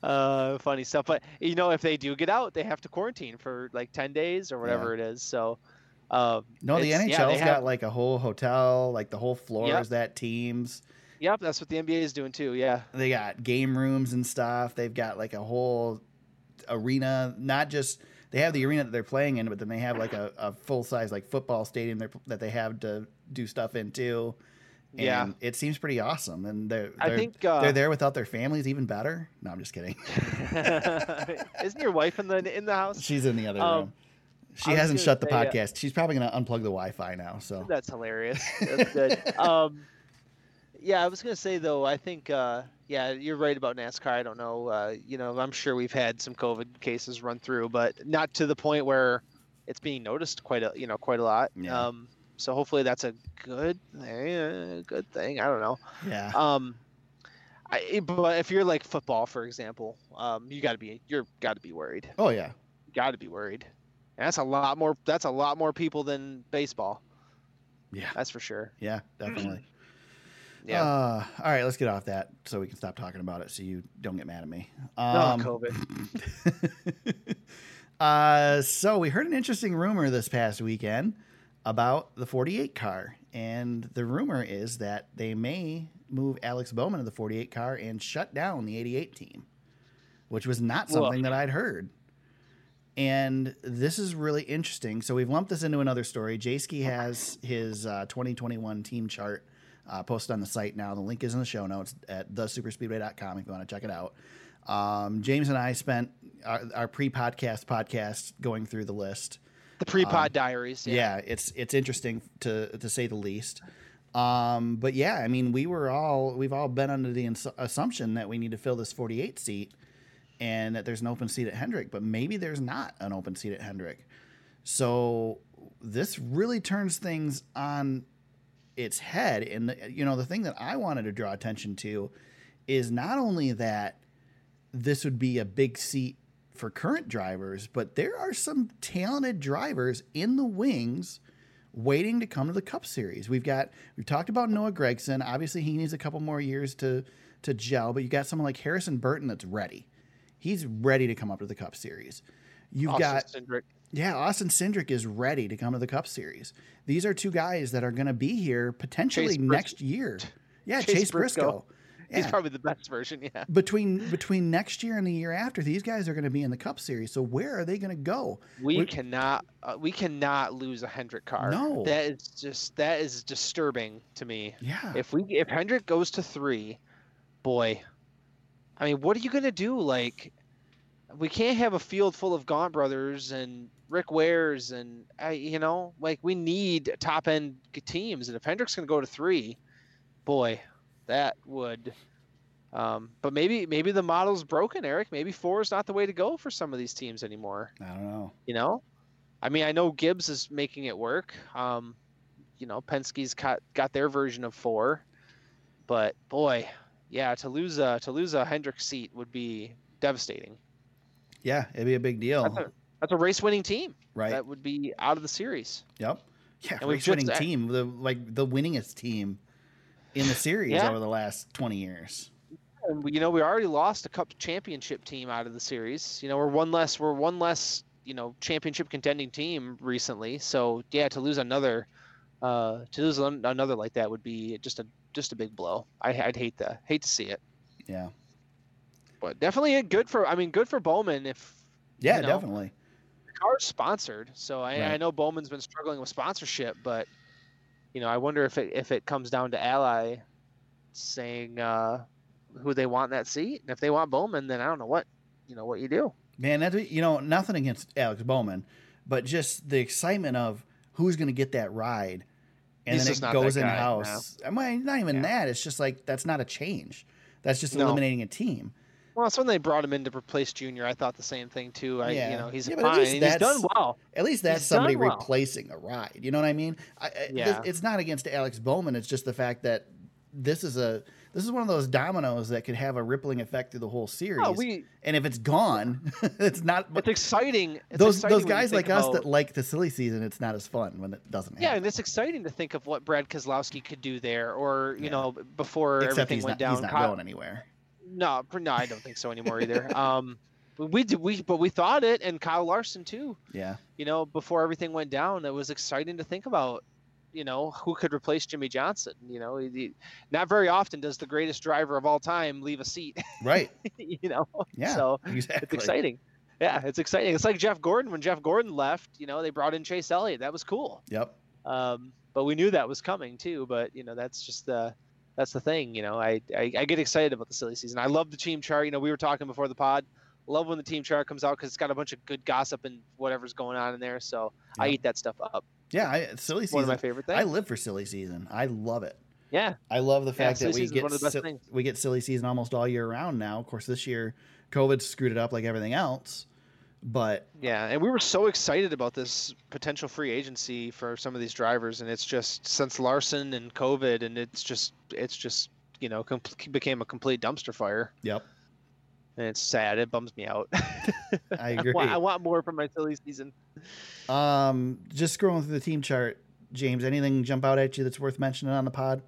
D: uh, funny stuff. But you know, if they do get out, they have to quarantine for like ten days or whatever it is. So, um,
A: No, the
D: it's-
A: NHL's
D: yeah, they have-
A: got like a whole hotel, like the whole floor
D: Yep.
A: is that teams.
D: yep, that's what the NBA is doing too. Yeah,
A: They got game rooms and stuff. They've got like a whole arena, not just they have the arena that they're playing in, but then they have like a, a full size like football stadium that- that they have to do stuff in too. And
D: Yeah.
A: it seems pretty awesome. And they're,
D: I
A: they're-
D: think, uh,
A: they're there without their families, even better. No, I'm just kidding.
D: Isn't your wife in the in the house?
A: She's in the other
D: Um,
A: room.
D: I
A: She
D: was
A: hasn't
D: gonna
A: shut the
D: say, uh,
A: podcast. She's probably going to unplug the Wi-Fi now. So
D: That's hilarious. That's good. um, yeah, I was gonna say though, I think uh, yeah, you're right about NASCAR. I don't know. Uh, you know, I'm sure we've had some COVID cases run through, but not to the point where it's being noticed quite a you know quite a lot.
A: Yeah.
D: Um, so hopefully that's a good eh, good thing. I don't know.
A: yeah,
D: Um, I, it- but if you're like football, for example, um, you got to be you're got to be worried.
A: oh yeah,
D: Got to be worried. And that's a lot more. That's a lot more people than baseball.
A: yeah,
D: That's for sure.
A: yeah, definitely.
D: Yeah.
A: Uh, all right, let's get off that so we can stop talking about it so you don't get mad at me.
D: Oh,
A: Um,
D: COVID.
A: uh, so we heard an interesting rumor this past weekend about the 48 car, and the rumor is that they may move Alex Bowman to the 48 car and shut down the 88 team, which was not
D: Well-
A: something that I'd heard. And this is really interesting. So we've lumped this into another story. Jayski has his uh, 2021 team chart uh, posted on the site now. The link is in the show notes at thesuperspeedway.com if you want to check it out. Um, James and I spent our, our pre-podcast podcast going through the list.
D: The pre-pod diaries. Yeah.
A: Um, Yeah. it's it's interesting to to say the least. Um, but yeah, I mean, we were all we've all been under the ins- assumption that we need to fill this 48 seat and that there's an open seat at Hendrick, but maybe there's not an open seat at Hendrick. So this really turns things on its head. And the, you know, the thing that I wanted to draw attention to is not only that this would be a big seat for current drivers, but there are some talented drivers in the wings waiting to come to the Cup Series. We've got we've talked about Noah Gregson. Obviously, he needs a couple more years to to gel, but you got someone like Harrison Burton that's ready. He's ready to come up to the Cup Series. You've
D: Austin
A: got
D: Cindric.
A: yeah, Austin Cindric is ready to come to the Cup Series. These are two guys that are going to be here potentially
D: Chase Bris-
A: next year. Yeah, Chase,
D: Chase
A: Briscoe.
D: Briscoe. He's
A: Yeah.
D: probably the best version. Yeah.
A: between between next year and the year after, these guys are going to be in the Cup Series. So where are they going to go?
D: We,
A: We-
D: cannot. Uh, we cannot lose a Hendrick car.
A: No.
D: That is just. That is disturbing to me.
A: Yeah,
D: If we. If Hendrick goes to three, boy. I mean, what are you gonna do? Like, we can't have a field full of Gaunt brothers and Rick Wares and I. You know, like we need top end teams. And if Hendrick's gonna go to three, boy, that would. Um, but maybe maybe the model's broken, Eric. Maybe four is not the way to go for some of these teams anymore
A: I don't know.
D: you know i mean i know gibbs is making it work um you know penske's got got their version of four but boy yeah to lose a to lose a hendrick seat would be devastating
A: Yeah, it'd be a big deal,
D: That's a- that's a race winning team
A: right?
D: that would be out of the series
A: yep. Yeah,
D: and we've
A: race winning
D: just-
A: team, the like the winningest team in the series
D: Yeah.
A: over the last twenty years.
D: and we- you know we already lost a cup championship team out of the series you know we're one less we're one less you know championship contending team recently so yeah to lose another uh to lose an- another like that would be just a just a big blow I, i'd hate that hate to see it
A: Yeah,
D: but definitely a good for i mean good for bowman if
A: yeah,
D: You know.
A: definitely.
D: the car's sponsored so I, I
A: Right.
D: know bowman's been struggling with sponsorship but you know i wonder if it if it comes down to ally saying uh who they want in that seat and if they want bowman then i don't know what you know what you do
A: Man, that's you know nothing against Alex Bowman, but just the excitement of who's going to get that ride, and
D: He's
A: then
D: just
A: it
D: not
A: goes
D: that
A: in
D: guy,
A: house. I mean, not even
D: Yeah.
A: that. It's just like that's not a change. That's just
D: No.
A: eliminating a team.
D: Well, it's when they brought him in to replace Junior. I thought the same thing too. I,
A: Yeah.
D: you know, he's
A: Yeah, but at
D: fine.
A: least
D: and He's done
A: that's-
D: well.
A: At least that's
D: He's done
A: somebody
D: well.
A: replacing a ride. You know what I mean? I, I,
D: Yeah.
A: this, it's not against Alex Bowman. It's just the fact that this is a this is one of those dominoes that could have a rippling effect through the whole series.
D: Oh, we.
A: and if it's gone, it's not.
D: It's exciting. It's
A: those
D: exciting
A: those
D: when you
A: guys
D: think
A: like us
D: about-
A: that like the silly season, it's not as fun when it doesn't.
D: Yeah,
A: happen.
D: and it's exciting to think of what Brad Keselowski could do there, or you
A: Yeah.
D: know, b- before
A: except
D: everything
A: he's
D: went
A: not,
D: down.
A: he's not
D: Kyle-
A: going anywhere.
D: no, pr- no, I don't think so anymore either. um, but we did we, but we thought it, and Kyle Larson too.
A: Yeah,
D: You know, before everything went down, it was exciting to think about. You know, who could replace Jimmy Johnson? You know, he- he, not very often does the greatest driver of all time leave a seat.
A: right.
D: you know,
A: Yeah,
D: so
A: exactly.
D: it's exciting. Yeah, it's exciting. It's like Jeff Gordon. When Jeff Gordon left, you know, they brought in Chase Elliott. That was cool.
A: Yep.
D: Um, but we knew that was coming too. But you know, that's just the that's the thing. You know, I, I I get excited about the silly season. I love the team chart. You know, we were talking before the pod. Love when the team chart comes out because it's got a bunch of good gossip and whatever's going on in there. So I
A: Yeah.
D: eat that stuff up.
A: Yeah. I, silly
D: One of my
A: season.
D: favorite
A: I
D: things.
A: live for silly season. I love it.
D: yeah,
A: I love the fact
D: silly
A: that we
D: season's
A: get
D: one of the best
A: sil-
D: things.
A: we get silly season almost all year round now. Of course, this year COVID screwed it up like everything else, but
D: yeah. And we were so excited about this potential free agency for some of these drivers, and it's just since Larson and COVID, and it's just it's just you know com- became a complete dumpster fire.
A: yep,
D: And it's sad. It bums me out.
A: I agree.
D: I want more from my silly season.
A: Um, just scrolling through the team chart, James. Anything jump out at you that's worth mentioning on the pod?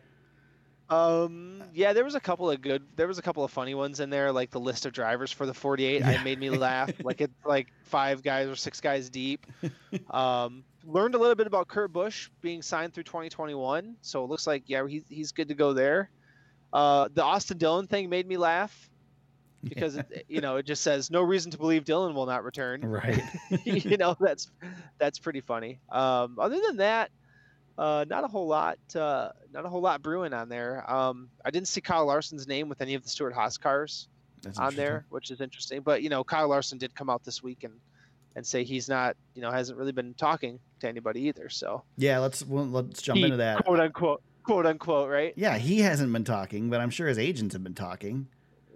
D: Um, yeah, there was a couple of good. There was a couple of funny ones in there, like the list of drivers for the 48.
A: Yeah.
D: I made me laugh. Like it's like five guys or six guys deep. Um, learned a little bit about Kurt Busch being signed through 2021, so it looks like yeah, he's he's good to go there. Uh, the Austin Dillon thing made me laugh because it, you know it just says no reason to believe Dillon will not return.
A: Right.
D: you know that's that's pretty funny um other than that uh not a whole lot uh not a whole lot brewing on there um i didn't see kyle larson's name with any of the stuart haas cars
A: That's
D: on there which is interesting but you know kyle larson did come out this week and and say he's not you know hasn't really been talking to anybody either so
A: interesting. Yeah. Let's well, let's jump
D: He-
A: into that.
D: quote unquote quote unquote right
A: Yeah, he hasn't been talking, but I'm sure his agents have been talking.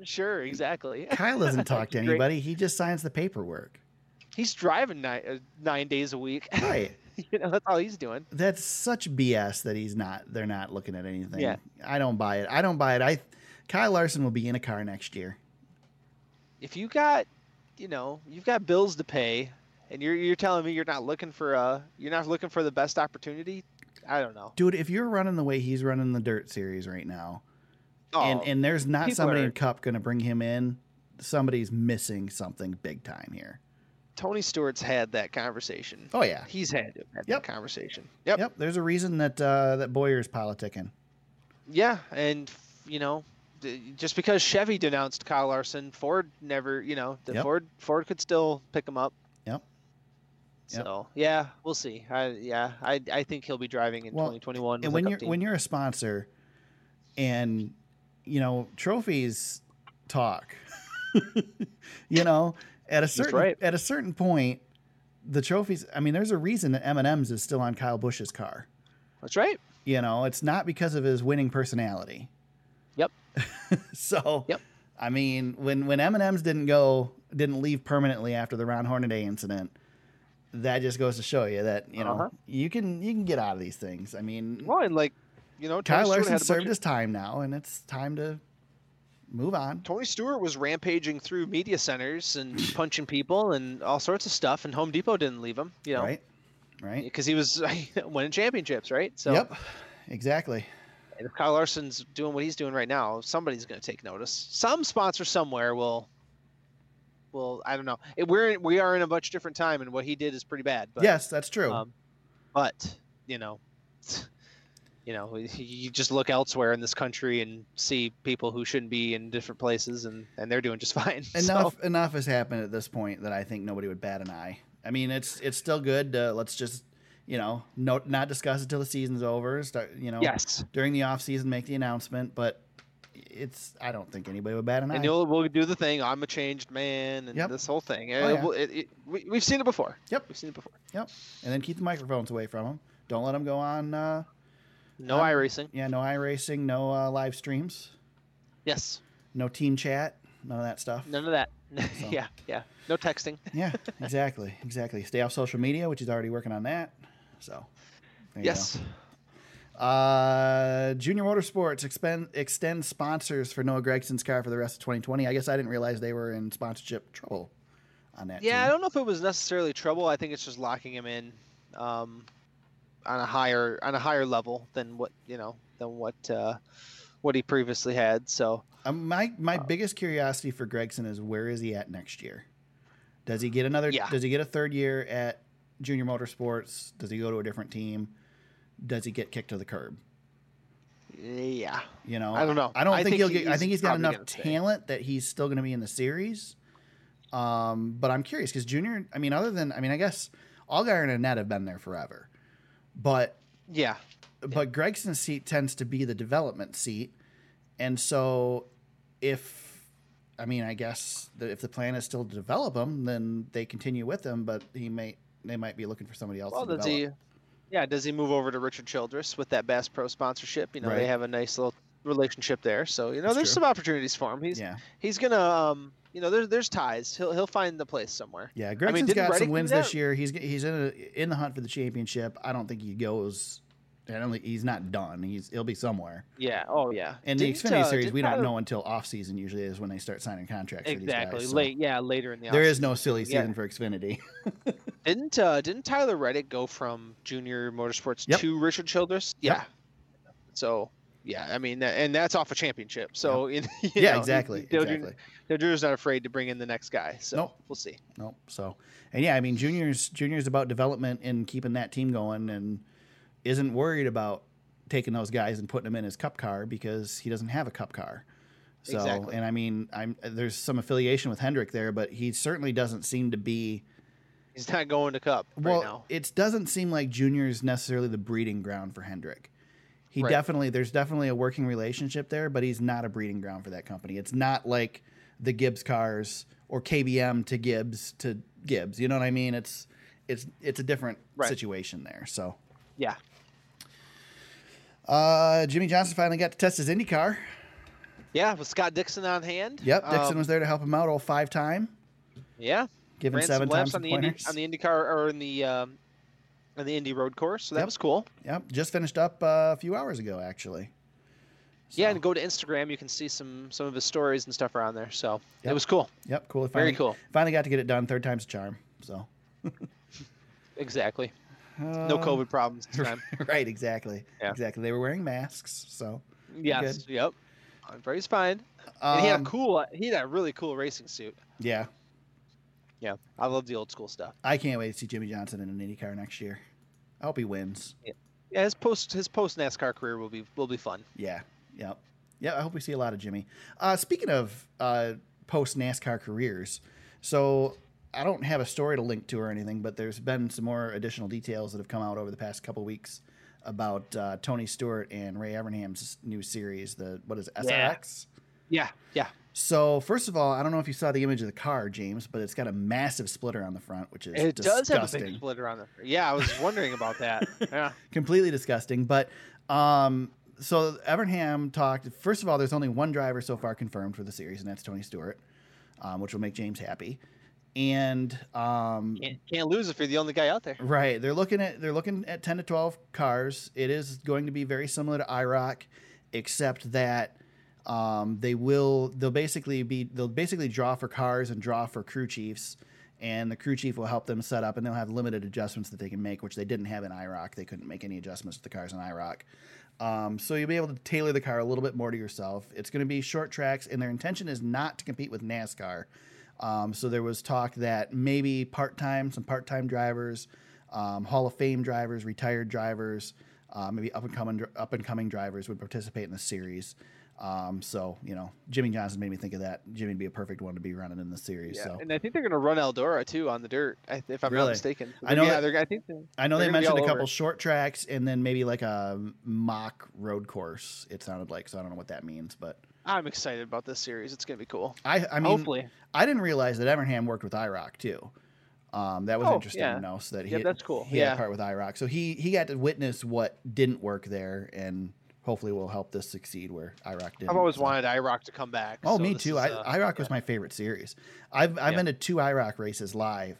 D: sure exactly
A: Kyle doesn't talk to
D: Great.
A: anybody. He just signs the paperwork.
D: he's driving nine, uh, nine days a week
A: Right.
D: you know that's all he's doing
A: that's such BS that he's not. They're not looking at anything.
D: Yeah.
A: I don't buy it. I don't buy it. I Kyle Larson will be in a car next year.
D: if you got you know you've got bills to pay and you're you're telling me you're not looking for uh you're not looking for the best opportunity i don't know
A: Dude, if you're running the way he's running the dirt series right now,
D: oh,
A: and and there's not
D: people
A: somebody in
D: are-
A: Cup going to bring him in, somebody's missing something big time here.
D: tony stewart's had that conversation
A: Oh yeah.
D: he's had to have had
A: Yep.
D: that conversation yep.
A: Yep, there's a reason that uh, that Boyer's politicking.
D: yeah and you know d- just because chevy denounced kyle larson ford never you know the
A: Yep.
D: ford ford could still pick him up
A: Yep. Yep.
D: so yeah we'll see I, yeah I, I think he'll be driving in
A: Well,
D: 2021
A: and
D: with
A: when
D: a
A: you're
D: cup team.
A: when you're a sponsor, and you know trophies talk, you know at a certain
D: right.
A: at a certain point, the trophies. I mean, there's a reason that M and M's is still on Kyle Bush's car.
D: that's right
A: You know, it's not because of his winning personality.
D: Yep.
A: so.
D: Yep.
A: I mean, when when M and M's didn't go didn't leave permanently after the Ron Hornaday incident. That just goes to show you that you know
D: Uh-huh.
A: you can you can get out of these things. I mean,
D: well and like you know Tony
A: Kyle
D: Stewart
A: Larson
D: had a bunch
A: served
D: of-
A: his time now, and it's time to move on.
D: Tony Stewart was rampaging through media centers and punching people and all sorts of stuff, and Home Depot didn't leave him, you know,
A: Right, right.
D: because he was winning championships, right? So
A: Yep, exactly.
D: and if Kyle Larson's doing what he's doing right now, somebody's going to take notice. Some sponsor somewhere will, will I don't know. It, we're in- we are in a much different time, and what he did is pretty bad. But,
A: yes, that's true.
D: um, but you know, you know, you just look elsewhere in this country and see people who shouldn't be in different places, and and they're doing just fine. So-
A: enough enough has happened at this point that I think nobody would bat an eye. I mean, it's it's still good. To, let's just you know no, not discuss it till the season's over. Start you know
D: Yes.
A: during the off season make the announcement, but it's I don't think anybody would bat an
D: And
A: eye.
D: you'll, we'll do the thing. I'm a changed man, and
A: Yep.
D: this whole thing.
A: Oh,
D: It-
A: yeah.
D: will- it- it- we, have seen it before.
A: Yep.
D: we've seen it before.
A: Yep. And then keep the microphones away from them. Don't let them go on. Uh,
D: No
A: Um,
D: iRacing.
A: yeah, no iRacing, no uh, live streams,
D: Yes,
A: no team chat, none of that stuff.
D: none of that.
A: So.
D: yeah, yeah. No texting.
A: yeah, exactly, exactly. Stay off social media, which is already working on that. So, there you
D: yes.
A: go. Uh, Junior Motorsports expend, extend sponsors for Noah Gregson's car for the rest of 2020. I guess I didn't realize they were in sponsorship trouble on that.
D: Yeah, I
A: team.
D: don't know if it was necessarily trouble. I think it's just locking him in um, on a higher on a higher level than what you know than what uh, what he previously had. So
A: Um, my my
D: Oh.
A: biggest curiosity for Gregson is where is he at next year? Does he get another?
D: Yeah.
A: Does he get a third year at Junior Motorsports? Does he go to a different team? Does he get kicked to the curb?
D: yeah,
A: You know,
D: I don't know.
A: I don't
D: I
A: think,
D: think
A: he'll get. I
D: he's
A: think he's got
D: probably
A: enough
D: gonna stay.
A: talent that he's still going to be in the series. Um, but I'm curious because Junior, I mean, other than, I mean, I guess Allgaier and Annette have been there forever, but
D: Yeah.
A: but Gregson's seat tends to be the development seat, and so if I mean, I guess that if the plan is still to develop him, then they continue with him. But he may they might be looking for somebody else.
D: Well,
A: to
D: does
A: develop.
D: he? Yeah, does he move over to Richard Childress with that Bass Pro sponsorship? You know,
A: Right.
D: they have a nice little relationship there. So you know,
A: That's
D: there's
A: true.
D: some opportunities for him. He's
A: Yeah,
D: he's gonna um, you know, there's there's ties. He'll he'll find the place somewhere.
A: yeah. Gregson's
D: didn't
A: got
D: Reddick
A: some
D: do
A: wins this
D: that?
A: year. He's he's in a, in the hunt for the championship. I don't think he goes. I don't think he's not done. He's he'll be somewhere.
D: Yeah. Oh yeah.
A: And the
D: Didn't,
A: Xfinity
D: uh,
A: series,
D: didn't
A: we don't
D: Tyler-
A: know until off season. Usually is when they start signing contracts. For
D: Exactly.
A: these guys, so
D: Late. Yeah. Later in the.
A: There
D: offseason.
A: is no silly
D: Yeah.
A: season for Xfinity.
D: Didn't uh, didn't Tyler Reddick go from Junior Motorsports
A: Yep.
D: to Richard Childress?
A: Yep.
D: Yeah. So yeah, I mean, that, and that's off a championship. So you
A: yeah,
D: know,
A: exactly.
D: Dale Jr.
A: exactly.
D: Dale Jr.'s not afraid to bring in the next guy. So
A: Nope.
D: we'll see.
A: Nope. So, and yeah, I mean, juniors juniors about development and keeping that team going, and isn't worried about taking those guys and putting them in his cup car because he doesn't have a cup car. So,
D: Exactly.
A: and I mean, I'm there's some affiliation with Hendrick there, but he certainly doesn't seem to be.
D: He's not going to Cup
A: Well,
D: right now.
A: it doesn't seem like Junior is necessarily the breeding ground for Hendrick. He
D: Right.
A: definitely there's definitely a working relationship there, but he's not a breeding ground for that company. It's not like the Gibbs cars or KBM to Gibbs to Gibbs. You know what I mean? It's it's it's a different
D: Right.
A: situation there. So
D: Yeah.
A: uh, Jimmy Johnson finally got to test his IndyCar.
D: Yeah, with Scott Dixon on hand.
A: Yep, Dixon
D: Um,
A: was there to help him out all five time,
D: Yeah,
A: giving
D: ran
A: seven
D: some laps
A: times
D: on the Indy,
A: pointers.
D: on the IndyCar or in the um, on the Indy Road course. So that
A: Yep.
D: was cool.
A: Yep, just finished up uh, a few hours ago actually.
D: Yeah,
A: So,
D: and go to Instagram. You can see some some of his stories and stuff around there. So
A: Yep.
D: it was cool.
A: yep, cool.
D: Very
A: Finally-
D: cool.
A: Finally got to get it done. Third time's a charm. So
D: Exactly. No
A: Uh,
D: COVID problems this time.
A: right, exactly.
D: Yeah.
A: Exactly. They were wearing masks, so
D: yes. Yep. Everybody's fine.
A: um,
D: And he had a cool. He had a really cool racing suit.
A: yeah.
D: Yeah, I love the old school stuff.
A: I can't wait to see Jimmy Johnson in an IndyCar next year. I hope he wins.
D: Yeah, his post his post NASCAR career will be will be fun.
A: Yeah. Yep. Yeah, I hope we see a lot of Jimmy. Uh, speaking of uh, post NASCAR careers, so I don't have a story to link to or anything, but there's been some more additional details that have come out over the past couple weeks about uh, Tony Stewart and Ray Evernham's new series, the what is it,
D: Yeah.
A: SRX?
D: Yeah. Yeah.
A: So first of all, I don't know if you saw the image of the car, James, but it's got a massive splitter on the front, which is
D: It does
A: disgusting,
D: have a big splitter on there. Yeah, I was wondering about that. Yeah.
A: completely disgusting. But um, so Evernham talked. First of all, there's only one driver so far confirmed for the series, and that's Tony Stewart, um, which will make James happy. And um,
D: Can't, can't lose if you're the only guy out there.
A: Right. They're looking at they're looking at ten to twelve cars. It is going to be very similar to IROC, except that um, they will they'll basically be they'll basically draw for cars and draw for crew chiefs, and the crew chief will help them set up, and they'll have limited adjustments that they can make, which they didn't have in IROC. They couldn't make any adjustments to the cars in IROC. Um, so you'll be able to tailor the car a little bit more to yourself. It's going to be short tracks, and their intention is not to compete with NASCAR. Um, so there was talk that maybe part time, some part time drivers, um, Hall of Fame drivers, retired drivers, uh, maybe up and coming up and coming drivers would participate in the series. Um, so you know, Jimmy Johnson made me think of that. Jimmy'd be a perfect one to be running in the series.
D: Yeah.
A: So
D: And I think they're going to run Eldora too on the dirt, I- if I'm
A: Really?
D: not mistaken.
A: I know that-
D: Yeah, they're, I think. they-
A: I know they
D: They're gonna be
A: mentioned a
D: all
A: couple
D: over.
A: short tracks and then maybe like a mock road course. It sounded like so I don't know what that means, but
D: I'm excited about this series. It's going to be cool.
A: I I mean
D: Hopefully,
A: I didn't realize that Evernham worked with IROC too. Um, that was
D: Oh,
A: interesting
D: yeah.
A: to know. So that he
D: Yeah,
A: had-
D: that's cool.
A: He had a
D: Yeah.
A: part with IROC, so he he got to witness what didn't work there, and hopefully will help this succeed where IROC didn't.
D: I've always
A: so.
D: wanted IROC to come back.
A: Oh,
D: so
A: me
D: this
A: too.
D: is,
A: I,
D: uh,
A: IROC was my favorite series. I've I've
D: Yeah.
A: been to two IROC races live,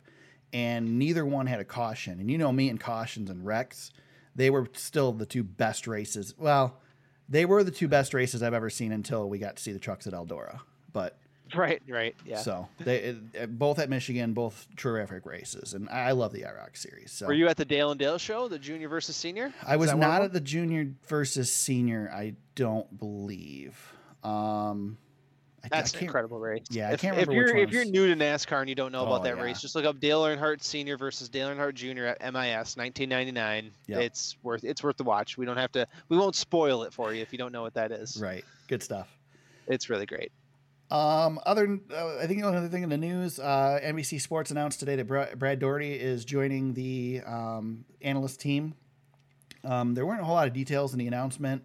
A: and neither one had a caution. And you know me and cautions and wrecks, they were still the two best races. Well, they were the two best races I've ever seen until we got to see the trucks at Eldora. But
D: right, right, yeah.
A: so they it, it- both at Michigan, both terrific races, and I I love the IROC series. So
D: Were you at the Dale and Dale show, the junior versus senior?
A: I
D: Is
A: was
D: that one of
A: not
D: them?
A: at the junior versus senior. I don't believe. Um, I, I
D: That's an
A: can't-
D: incredible race.
A: Yeah, I
D: if,
A: can't
D: if
A: remember which
D: you're if you're
A: ones.
D: new to NASCAR and you don't know
A: Oh,
D: about that
A: yeah.
D: race, just look up Dale Earnhardt Senior versus Dale Earnhardt Jr. at MIS 1999.
A: Yep.
D: It's worth it's worth the watch. We don't have to we won't spoil it for you if you don't know what that is.
A: Right, good stuff.
D: It's really great.
A: Um, other, uh, I think the only other thing in the news, uh, NBC Sports announced today that Bra- Brad Doherty is joining the um, analyst team. Um, there weren't a whole lot of details in the announcement.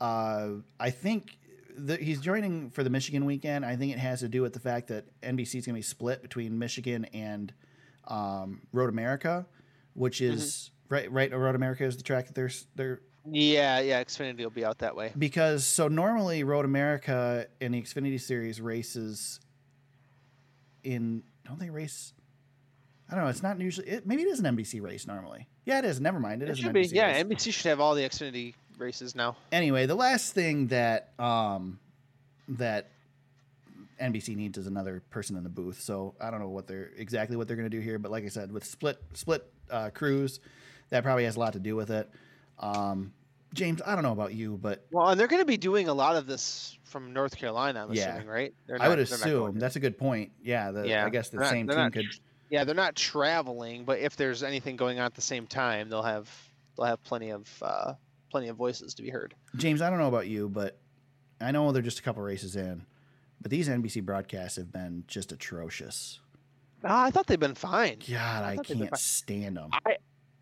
A: Uh, I think that he's joining for the Michigan weekend. I think it has to do with the fact that NBC is going to be split between Michigan and um, Road America, which is right. Right, Road America is the track that they're s- they're
D: Yeah, yeah, Xfinity will be out that way.
A: because so normally Road America in the Xfinity series races in don't they race? I don't know. It's not usually. It, maybe it is an NBC race normally. Yeah, it is. Never mind. It,
D: It
A: is
D: should
A: an
D: be.
A: NBC race.
D: Yeah, NBC should have all the Xfinity races now.
A: anyway, the last thing that um that NBC needs is another person in the booth. So I don't know what they're exactly what they're going to do here, but like I said, with split split uh, crews, that probably has a lot to do with it. Um, James, I don't know about you, but
D: Well, and they're going to be doing a lot of this from North Carolina. I'm
A: Yeah.
D: assuming, right? They're
A: I would
D: not- they're not going
A: assume that's a good point. Yeah, the,
D: Yeah,
A: I guess the
D: they're not-
A: same
D: they're
A: team
D: not
A: could.
D: Yeah, they're not traveling, but if there's anything going on at the same time, they'll have they'll have plenty of uh, plenty of voices to be heard.
A: James, I don't know about you, but I know they're just a couple races in, but these NBC broadcasts have been just atrocious.
D: Ah, I thought they'd been fine.
A: God, I,
D: thought they'd been
A: can't stand them.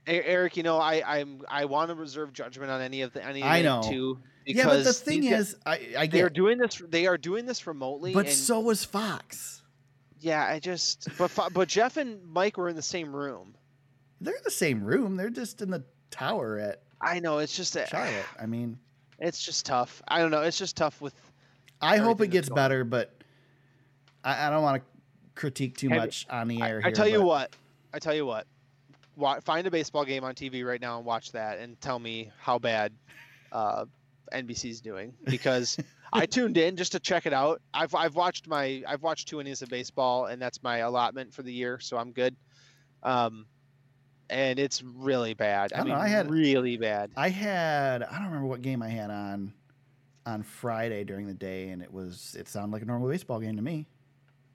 D: E- Eric, you know, I I'm I want to reserve judgment on any of the any of
A: I
D: the
A: know.
D: two
A: Yeah, but the
D: because
A: thing
D: these guys-
A: is, I, I
D: they are
A: get,
D: doing this they are doing this remotely.
A: but
D: and
A: so was Fox.
D: yeah, I just but Fo- but Jeff and Mike were in the same room.
A: They're in the same room. They're just in the tower at
D: I know it's just that
A: Charlotte. I mean,
D: it's just tough. I don't know. It's just tough with
A: I hope it
D: Everything that's
A: gets
D: going on.
A: better, but I, I don't want to critique too
D: Have you-
A: much on the
D: I,
A: air.
D: I
A: here,
D: tell you
A: but-
D: what. I tell you what. Wa find a baseball game on TV right now and watch that, and tell me how bad uh, NBC's doing. Because I tuned in just to check it out. I've I've watched my I've watched two innings of baseball, and that's my allotment for the year, so I'm good. Um, and it's really bad.
A: I
D: I,
A: don't
D: mean,
A: know, I had-
D: really bad.
A: I had I don't remember what game I had on on Friday during the day, and it was it sounded like a normal baseball game to me.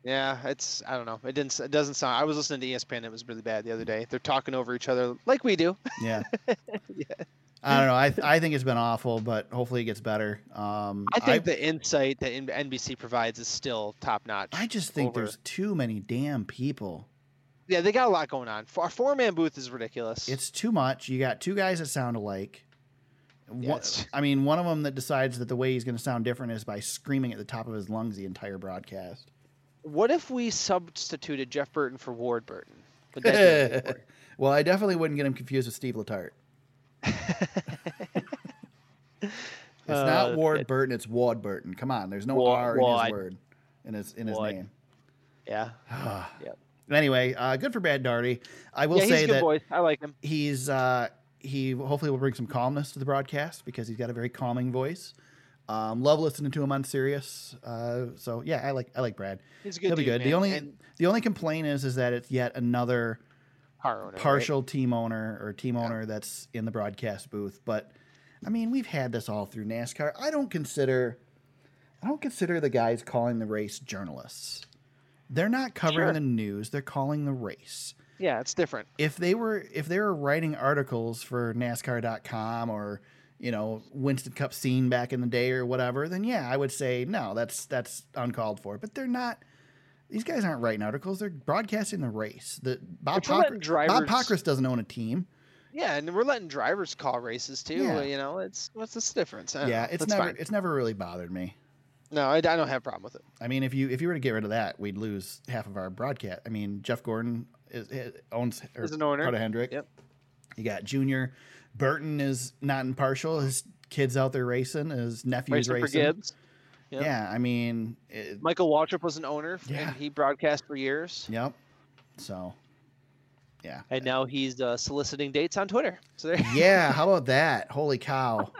D: Yeah, it's I don't know. It didn't. s- It doesn't sound. I was listening to E ESPN. It was really bad the other day. They're talking over each other like we do.
A: Yeah. I don't know. I, I think it's been awful, but hopefully it gets better. Um,
D: I think the insight that N- NBC provides is still top notch.
A: I, just think
D: over-
A: there's too many damn people.
D: Yeah, they got a lot going on. Our four man booth is ridiculous.
A: It's too much. You got two guys that sound alike. One-
D: Yes.
A: I mean, one of them that decides that the way he's going to sound different is by screaming at the top of his lungs the entire broadcast.
D: what if we substituted Jeff Burton for Ward Burton? Would that do anything for you?
A: well, I definitely wouldn't get him confused with Steve Letarte. It's not
D: Uh,
A: Ward
D: it-
A: Burton. It's Ward Burton. Come on, there's no
D: Wa-
A: R in his
D: Wad.
A: word, in his in his
D: Wad.
A: name.
D: yeah,
A: yep.
D: Yep.
A: Anyway, uh, good for Brad Daugherty. I will
D: yeah, he's
A: say
D: a good
A: that
D: voice. I like him.
A: he's uh, he hopefully will bring some calmness to the broadcast because he's got a very calming voice. Um, love listening to him on Sirius. Uh, so yeah, I like I like Brad.
D: He's a good.
A: He'll be
D: dude,
A: good. The
D: man,
A: only
D: and
A: the only complaint is is that it's yet another
D: car owner, right?
A: partial team owner or team owner that's in the broadcast booth. But I mean, we've had this all through NASCAR. I don't consider I don't consider the guys calling the race journalists. They're not covering
D: Sure.
A: the news, they're calling the race.
D: Yeah, it's different.
A: If they were if they were writing articles for NASCAR.com or you know Winston Cup scene back in the day or whatever, then yeah, I would say no, that's that's uncalled for. But they're not. These guys aren't writing articles; they're broadcasting the race. The Bob
D: But you're letting
A: Pockr- Bob
D: drivers-
A: Pockris doesn't own a team.
D: Yeah, and we're letting drivers call races too.
A: Yeah.
D: You know, it's what's this difference? I don't
A: Yeah,
D: know.
A: it's
D: Uh, That's
A: never
D: fine.
A: it's never really bothered me.
D: No, I, I don't have a problem with it.
A: I mean, if you if you were to get rid of that, we'd lose half of our broadcast. I mean, Jeff Gordon is, is- owns or
D: Is an owner.
A: part of Hendrick.
D: Yep.
A: You got Junior Burton is not impartial. His kids out there racing. His nephew's
D: Racing
A: racing.
D: for Gibbs. yeah.
A: Yeah, I mean, it,
D: Michael Waltrip was an owner.
A: Yeah.
D: and he broadcast for years.
A: yep. So, yeah,
D: and now he's uh, soliciting dates on Twitter. So there,
A: yeah. How about that? Holy cow!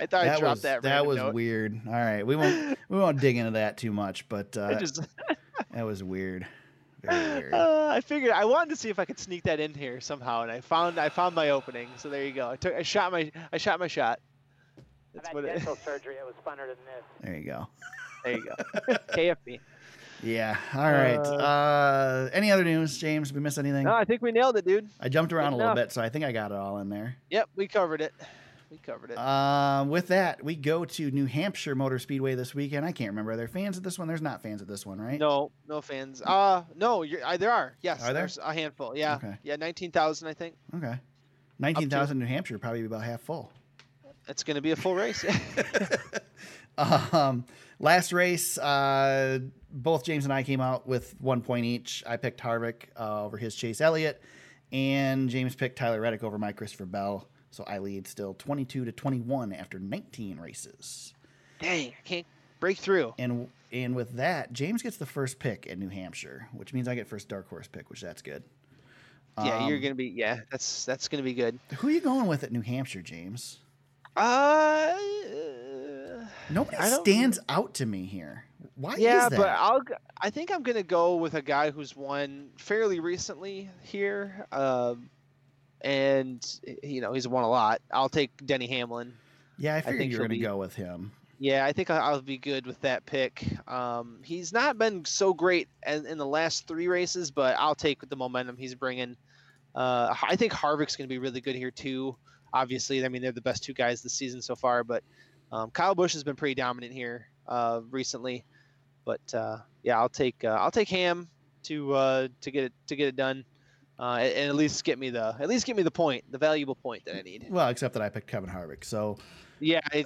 D: I thought I
A: that
D: dropped
A: was
D: that.
A: that
D: random
A: was
D: note.
A: weird. All right, we won't we won't dig into that too much, but
D: I
A: uh,
D: just,
A: that was weird. Very weird.
D: uh, I figured I wanted to see if I could sneak that in here somehow, and I found I found my opening. So there you go. I took, I shot my, I shot my shot.
F: I've
D: That's
F: had
D: what it,
F: dental surgery. It was funner than this.
A: There you go.
D: there you go. KFB.
A: Yeah. All right.
D: Uh,
A: Uh, any other news, James? Did we miss anything?
D: No, I think we nailed it, dude.
A: I jumped around a
D: good
A: little
D: enough.
A: bit, so I think I got it all in there.
D: Yep, we covered it. we covered it.
A: Um, with that, we go to New Hampshire Motor Speedway this weekend. I can't remember. Are there fans at this one? There's not fans at this one, right?
D: no, no fans. Uh no, you're, uh, there are. Yes,
A: Are there?
D: there's a handful. Yeah,
A: Okay.
D: yeah, nineteen thousand, I think.
A: Okay. 19,000 New Hampshire, probably about half full.
D: It's going to be a full race.
A: Um, last race, uh, both James and I came out with one point each. I picked Harvick uh, over his Chase Elliott, and James picked Tyler Reddick over my Christopher Bell. So I lead still 22 to 21 after 19 races.
D: Dang, I can't break through.
A: And and with that, James gets the first pick at New Hampshire, which means I get first dark horse pick, which that's good.
D: yeah, you're
A: Um,
D: going to be. Yeah, that's that's going to be good.
A: Who are you going with at New Hampshire, James?
D: Uh,
A: Nobody
D: I don't-
A: stands out to me here. Why
D: yeah,
A: is that?
D: but I'll. g- I think I'm gonna go with a guy who's won fairly recently here, um, and eh, you know he's won a lot. I'll take Denny Hamlin.
A: yeah, I figured
D: think
A: you were
D: he'll
A: going to
D: be-
A: go with him.
D: Yeah, I think I- I'll be good with that pick. Um, he's not been so great in, in the last three races, but I'll take the momentum he's bringing. Uh, I think Harvick's going to be really good here too. Obviously, I mean they're the best two guys this season so far, but um, Kyle Busch has been pretty dominant here uh, recently. But uh, yeah, I'll take uh, I'll take Ham to uh, to get it to get it done, uh, and, and at least get me the at least get me the point, the valuable point that I need.
A: Well, except that I picked Kevin Harvick. So
D: Yeah, I,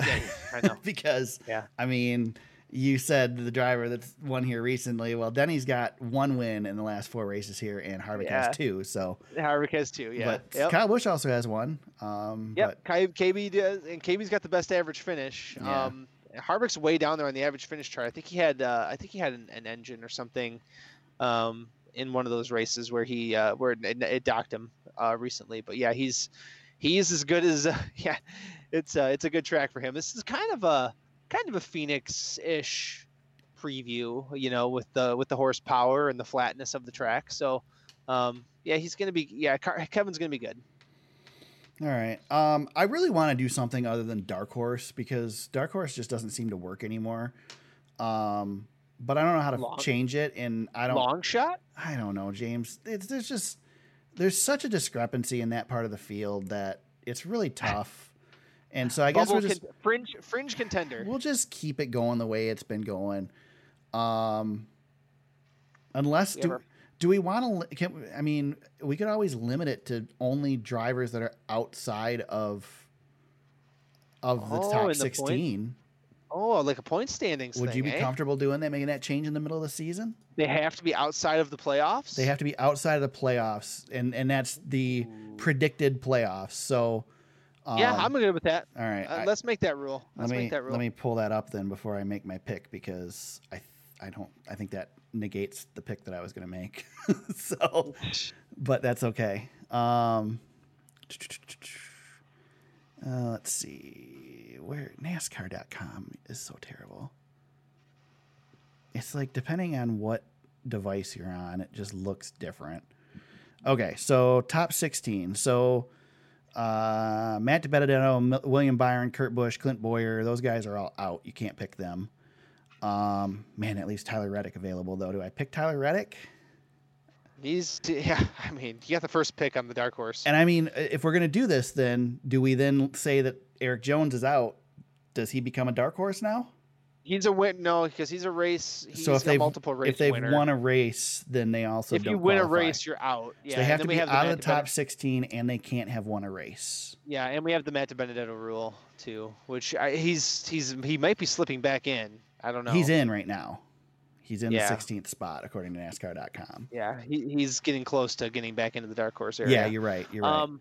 D: I know.
A: because
D: Yeah.
A: I mean, you said the driver that's won here recently. Well, Denny's got one win in the last four races here, and Harvick
D: Yeah.
A: has two. So,
D: Harvick has two. Yeah.
A: but
D: Yep.
A: Kyle Busch also has one. Um,
D: Yep, K- KB does, and KB's got the best average finish.
A: Yeah.
D: Um, Harvick's way down there on the average finish chart. I think he had, uh, I think he had an, an engine or something, um, in one of those races where he, uh, where it, it docked him uh, recently. But yeah, he's, he's as good as, uh, yeah, it's, uh, it's a good track for him. This is kind of a, kind of a Phoenix-ish preview, you know, with the with the horsepower and the flatness of the track. So, um, yeah, he's gonna be, yeah, Car- Kevin's gonna be good.
A: All right. Um, I really want to do something other than Dark Horse because Dark Horse just doesn't seem to work anymore. Um, but I don't know how to
D: Long-
A: change it, and I don't.
D: Long shot.
A: I don't know, James. It's, there's just there's such a discrepancy in that part of the field that it's really tough. And so I guess
D: Bubble
A: we'll just
D: con- fringe fringe contender.
A: we'll just keep it going the way it's been going. Um, unless
D: Yeah,
A: do,
D: bro.
A: do we want to? Can we- I mean, we could always limit it to only drivers that are outside of of the
D: Oh,
A: top
D: and the point
A: sixteen.
D: Oh, like a point standings.
A: Would
D: thing,
A: you be
D: eh?
A: comfortable doing that? Making that change in the middle of the season?
D: They have to be outside of the playoffs.
A: They have to be outside of the playoffs, and and that's the predicted playoffs. So, um,
D: yeah, I'm good with that.
A: all right.
D: Uh,
A: I-
D: let's make that rule.
A: let
D: Let's
A: me
D: make that rule.
A: let me pull that up then before I make my pick because I th- I don't I think that negates the pick that I was going to make. so, but that's okay. Um, uh, let's see where NASCAR.com is so terrible. It's like depending on what device you're on, it just looks different. Okay, so top 16. So uh, Matt DiBenedetto, Mil- William Byron, Kurt Busch, Clint Boyer, those guys are all out. You can't pick them. Um, man, at least Tyler Reddick available though. Do I pick Tyler Reddick?
D: He's yeah. I mean, you got the first pick on the dark horse.
A: And I mean, i- if we're gonna do this, then do we then say that Eric Jones is out? Does he become a dark horse now?
D: he's a win. No, because he's a race. He's
A: so if
D: a
A: they've
D: multiple race
A: if they've
D: winner.
A: won a race, then they also
D: if you
A: don't
D: win a
A: qualify.
D: race, you're out. Yeah,
A: so they
D: and
A: have
D: then
A: to
D: we
A: be
D: have the
A: out of
D: Matt
A: the top
D: DiBene-
A: 16, and they can't have won a race.
D: Yeah, and we have the Matt Benedetto rule too, which I, he's he's he might be slipping back in. I don't know.
A: He's in right now. He's in
D: Yeah.
A: the 16th spot according to NASCAR.com.
D: Yeah, he, he's getting close to getting back into the dark horse area.
A: Yeah, you're right. You're right.
D: Um,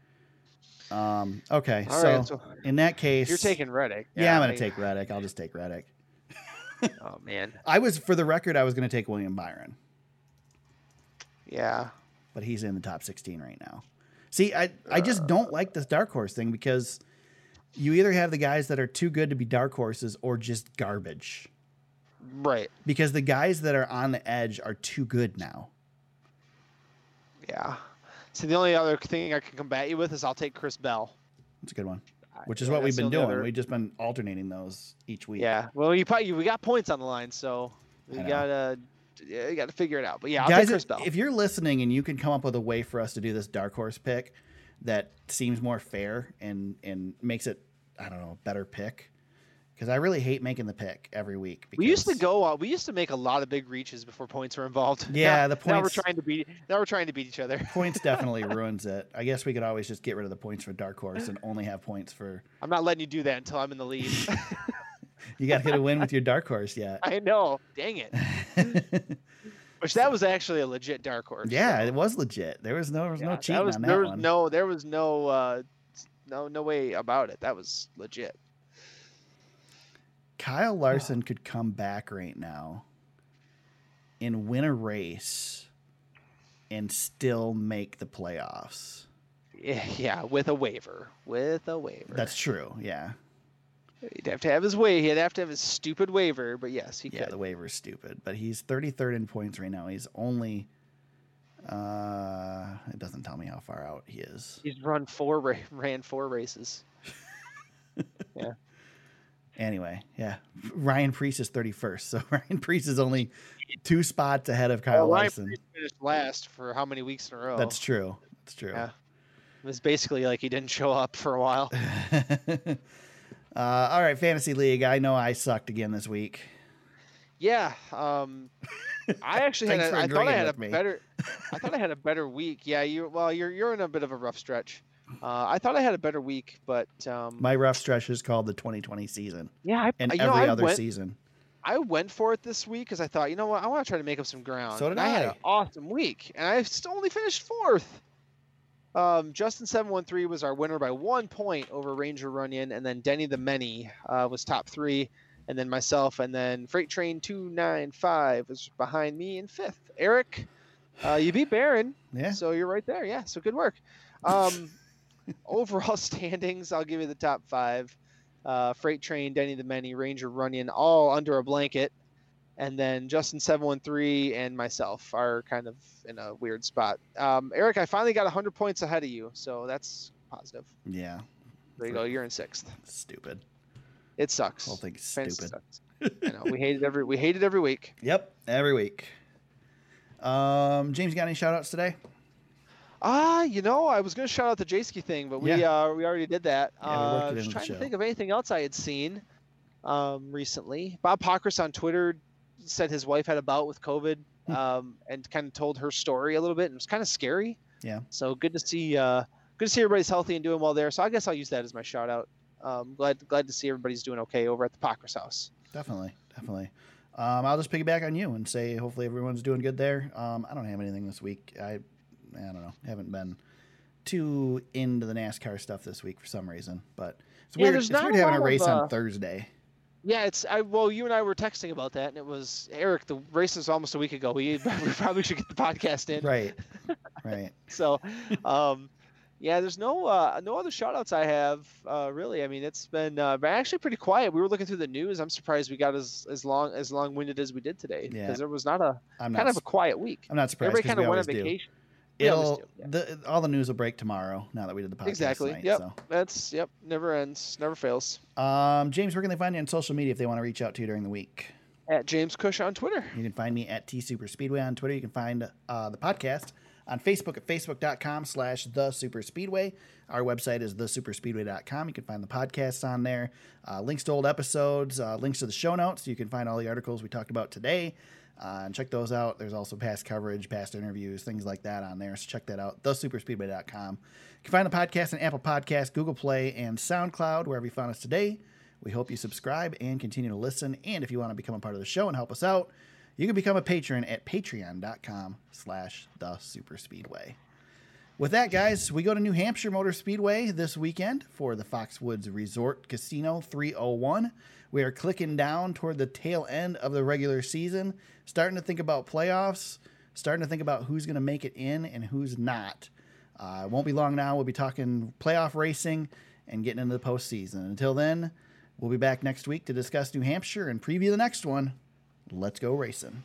A: Um, okay,
D: all
A: so
D: right, so
A: in that case,
D: you're taking Reddick.
A: Yeah, I'm gonna
D: I-
A: take Reddick. I'll just take Reddick.
D: Oh man.
A: I was, for the record, I was gonna take William Byron,
D: Yeah.
A: but he's in the top 16 right now. See, I I
D: Uh.
A: just don't like this dark horse thing because you either have the guys that are too good to be dark horses or just garbage.
D: Right.
A: Because the guys that are on the edge are too good now.
D: Yeah. So the only other thing I can combat you with is I'll take Chris Bell.
A: That's a good one, which is
D: yeah,
A: what we've
D: that's the
A: been
D: only
A: doing.
D: other-
A: We've just been alternating those each week.
D: Yeah. Well, you probably we got points on the line, so we
A: I know.
D: gotta yeah, you gotta figure it out. But yeah, I'll
A: guys,
D: take Chris Bell.
A: if you're listening and you can come up with a way for us to do this dark horse pick that seems more fair and and makes it I don't know, a better pick. Because I really hate making the pick every week. Because,
D: We used to go. Uh, we used to make a lot of big reaches before points were involved. Now-
A: Yeah, the
D: Now, we're
A: points-
D: trying to beat. Now we're trying to beat each other.
A: Points definitely ruins it. I guess we could always just get rid of the points for Dark Horse and only have points for.
D: I'm not letting you do that until I'm in the lead.
A: You got to get a win with your Dark Horse yet.
D: I know. Dang it. Which that was actually a legit dark horse.
A: yeah,
D: so-
A: it was legit. There was no, there was no
D: yeah,
A: cheating
D: that was,
A: on that
D: there was
A: one.
D: no. There was no. Uh, no. No way about it. That was legit.
A: Kyle Larson could come back right now and win a race and still make the playoffs.
D: Yeah, yeah, with a waiver. With a waiver.
A: That's true. Yeah.
D: He'd have to have his way. He'd have to have his stupid waiver, but yes, he
A: Yeah,
D: could.
A: the waiver's stupid. But he's 33rd in points right now. He's only uh it doesn't tell me how far out he is.
D: He's run four ra- ran four races.
A: Anyway, yeah. Ryan Priest is 31st. So Ryan Priest is only two spots ahead of Kyle
D: Well, Oh, Ryan
A: Larson.
D: Priest finished last for how many weeks in a row?
A: That's true. That's true.
D: Yeah. It was basically like he didn't show up for a while.
A: uh, all right, fantasy league. I know I sucked again this week.
D: Yeah. Um, I actually had.
A: Thanks
D: A,
A: for
D: I thought I
A: agreeing
D: had a
A: with me.
D: better. I thought I had a better week. Yeah. You. Well, you're you're in a bit of a rough stretch. Uh, I thought I had a better week, but um,
A: My rough stretch is called the 2020 season
D: yeah, I,
A: and
D: Uh, you know,
A: every
D: I
A: other
D: went,
A: season.
D: I went for it this week because I thought, you know what, I want to try to make up some ground.
A: So did
D: and I. had
A: I.
D: an awesome week, and I st- only finished fourth. Um, Justin seven one three was our winner by one point over Ranger Runyon, and then Denny the Many uh, was top three, and then myself, and then Freight Train two nine five was behind me in fifth. Eric, uh, you beat Baron,
A: Yeah.
D: so you're right there. Yeah, so good work. Um, overall standings, I'll give you the top five. Uh, Freight Train, Denny the Many, Ranger Runyon, all under a blanket. And then Justin seven one three and myself are kind of in a weird spot. Um, Eric, I finally got hundred points ahead of you, so that's positive.
A: Yeah.
D: There you go. You're in sixth.
A: Stupid.
D: It sucks.
A: Whole thing's
D: Fantasy
A: stupid.
D: sucks. I know. We hated every we hated every week.
A: Yep. Every week. Um, James, got any shout outs today?
D: Ah, you know, I was gonna shout out the Jayski thing, but we uh, we already did that.
A: Yeah, we worked
D: uh,
A: it
D: just
A: into the
D: trying to
A: show.
D: think of anything else I had seen um, recently. Bob Pockers on Twitter said his wife had a bout with COVID
A: Hmm.
D: um, and kind of told her story a little bit, and it was kind of scary.
A: Yeah.
D: So good to see uh, good to see everybody's healthy and doing well there. So I guess I'll use that as my shout out. Um, glad glad to see everybody's doing okay over at the Pockers house.
A: Definitely. Definitely. Um, I'll just piggyback on you and say hopefully everyone's doing good there. Um, I don't have anything this week. I, I don't know. Haven't been too into the NASCAR stuff this week for some reason, but it's
D: Yeah,
A: weird.
D: there's
A: it's
D: not
A: weird
D: a
A: having
D: lot
A: a
D: of,
A: race
D: uh,
A: on Thursday.
D: Yeah, it's I well, you and I were texting about that, and it was Eric. The race is almost a week ago. We, we probably should get the podcast in.
A: Right. right.
D: so um yeah there's no uh no other shout outs i have uh really i mean it's been uh been actually pretty quiet we were looking through the news i'm surprised we got as as long as long winded as we did today because
A: Yeah.
D: there was not a
A: I'm
D: kind
A: not.
D: of a quiet week
A: I'm not surprised.
D: everybody
A: 'cause
D: kind
A: we
D: of went on
A: always do.
D: vacation We always
A: It'll
D: do, yeah.
A: the, all the news will break tomorrow. Now that we did the podcast
D: Exactly,
A: tonight,
D: yep.
A: so.
D: that's yep never ends never fails
A: um, James, where can they find you on social media if they want to reach out to you during the week?
D: at james cush on twitter
A: You can find me at T Super Speedway on Twitter. You can find uh, the podcast on Facebook at facebook.com slash the super speedway. Our website is thesuperspeedway.com. You can find the podcasts on there, uh, links to old episodes, uh, links to the show notes. You can find all the articles we talked about today uh, and check those out. There's also past coverage, past interviews, things like that on there. So check that out, thesuperspeedway.com. You can find the podcast on Apple Podcasts, Google Play, and SoundCloud, wherever you found us today. We hope you subscribe and continue to listen. And if you want to become a part of the show and help us out, you can become a patron at patreon.com slash the super speedway. With that, guys, we go to New Hampshire Motor Speedway this weekend for the Foxwoods Resort Casino 301. We are clicking down toward the tail end of the regular season, starting to think about playoffs, starting to think about who's going to make it in and who's not. Uh, it won't be long now. We'll be talking playoff racing and getting into the postseason. Until then, we'll be back next week to discuss New Hampshire and preview the next one. Let's go racing.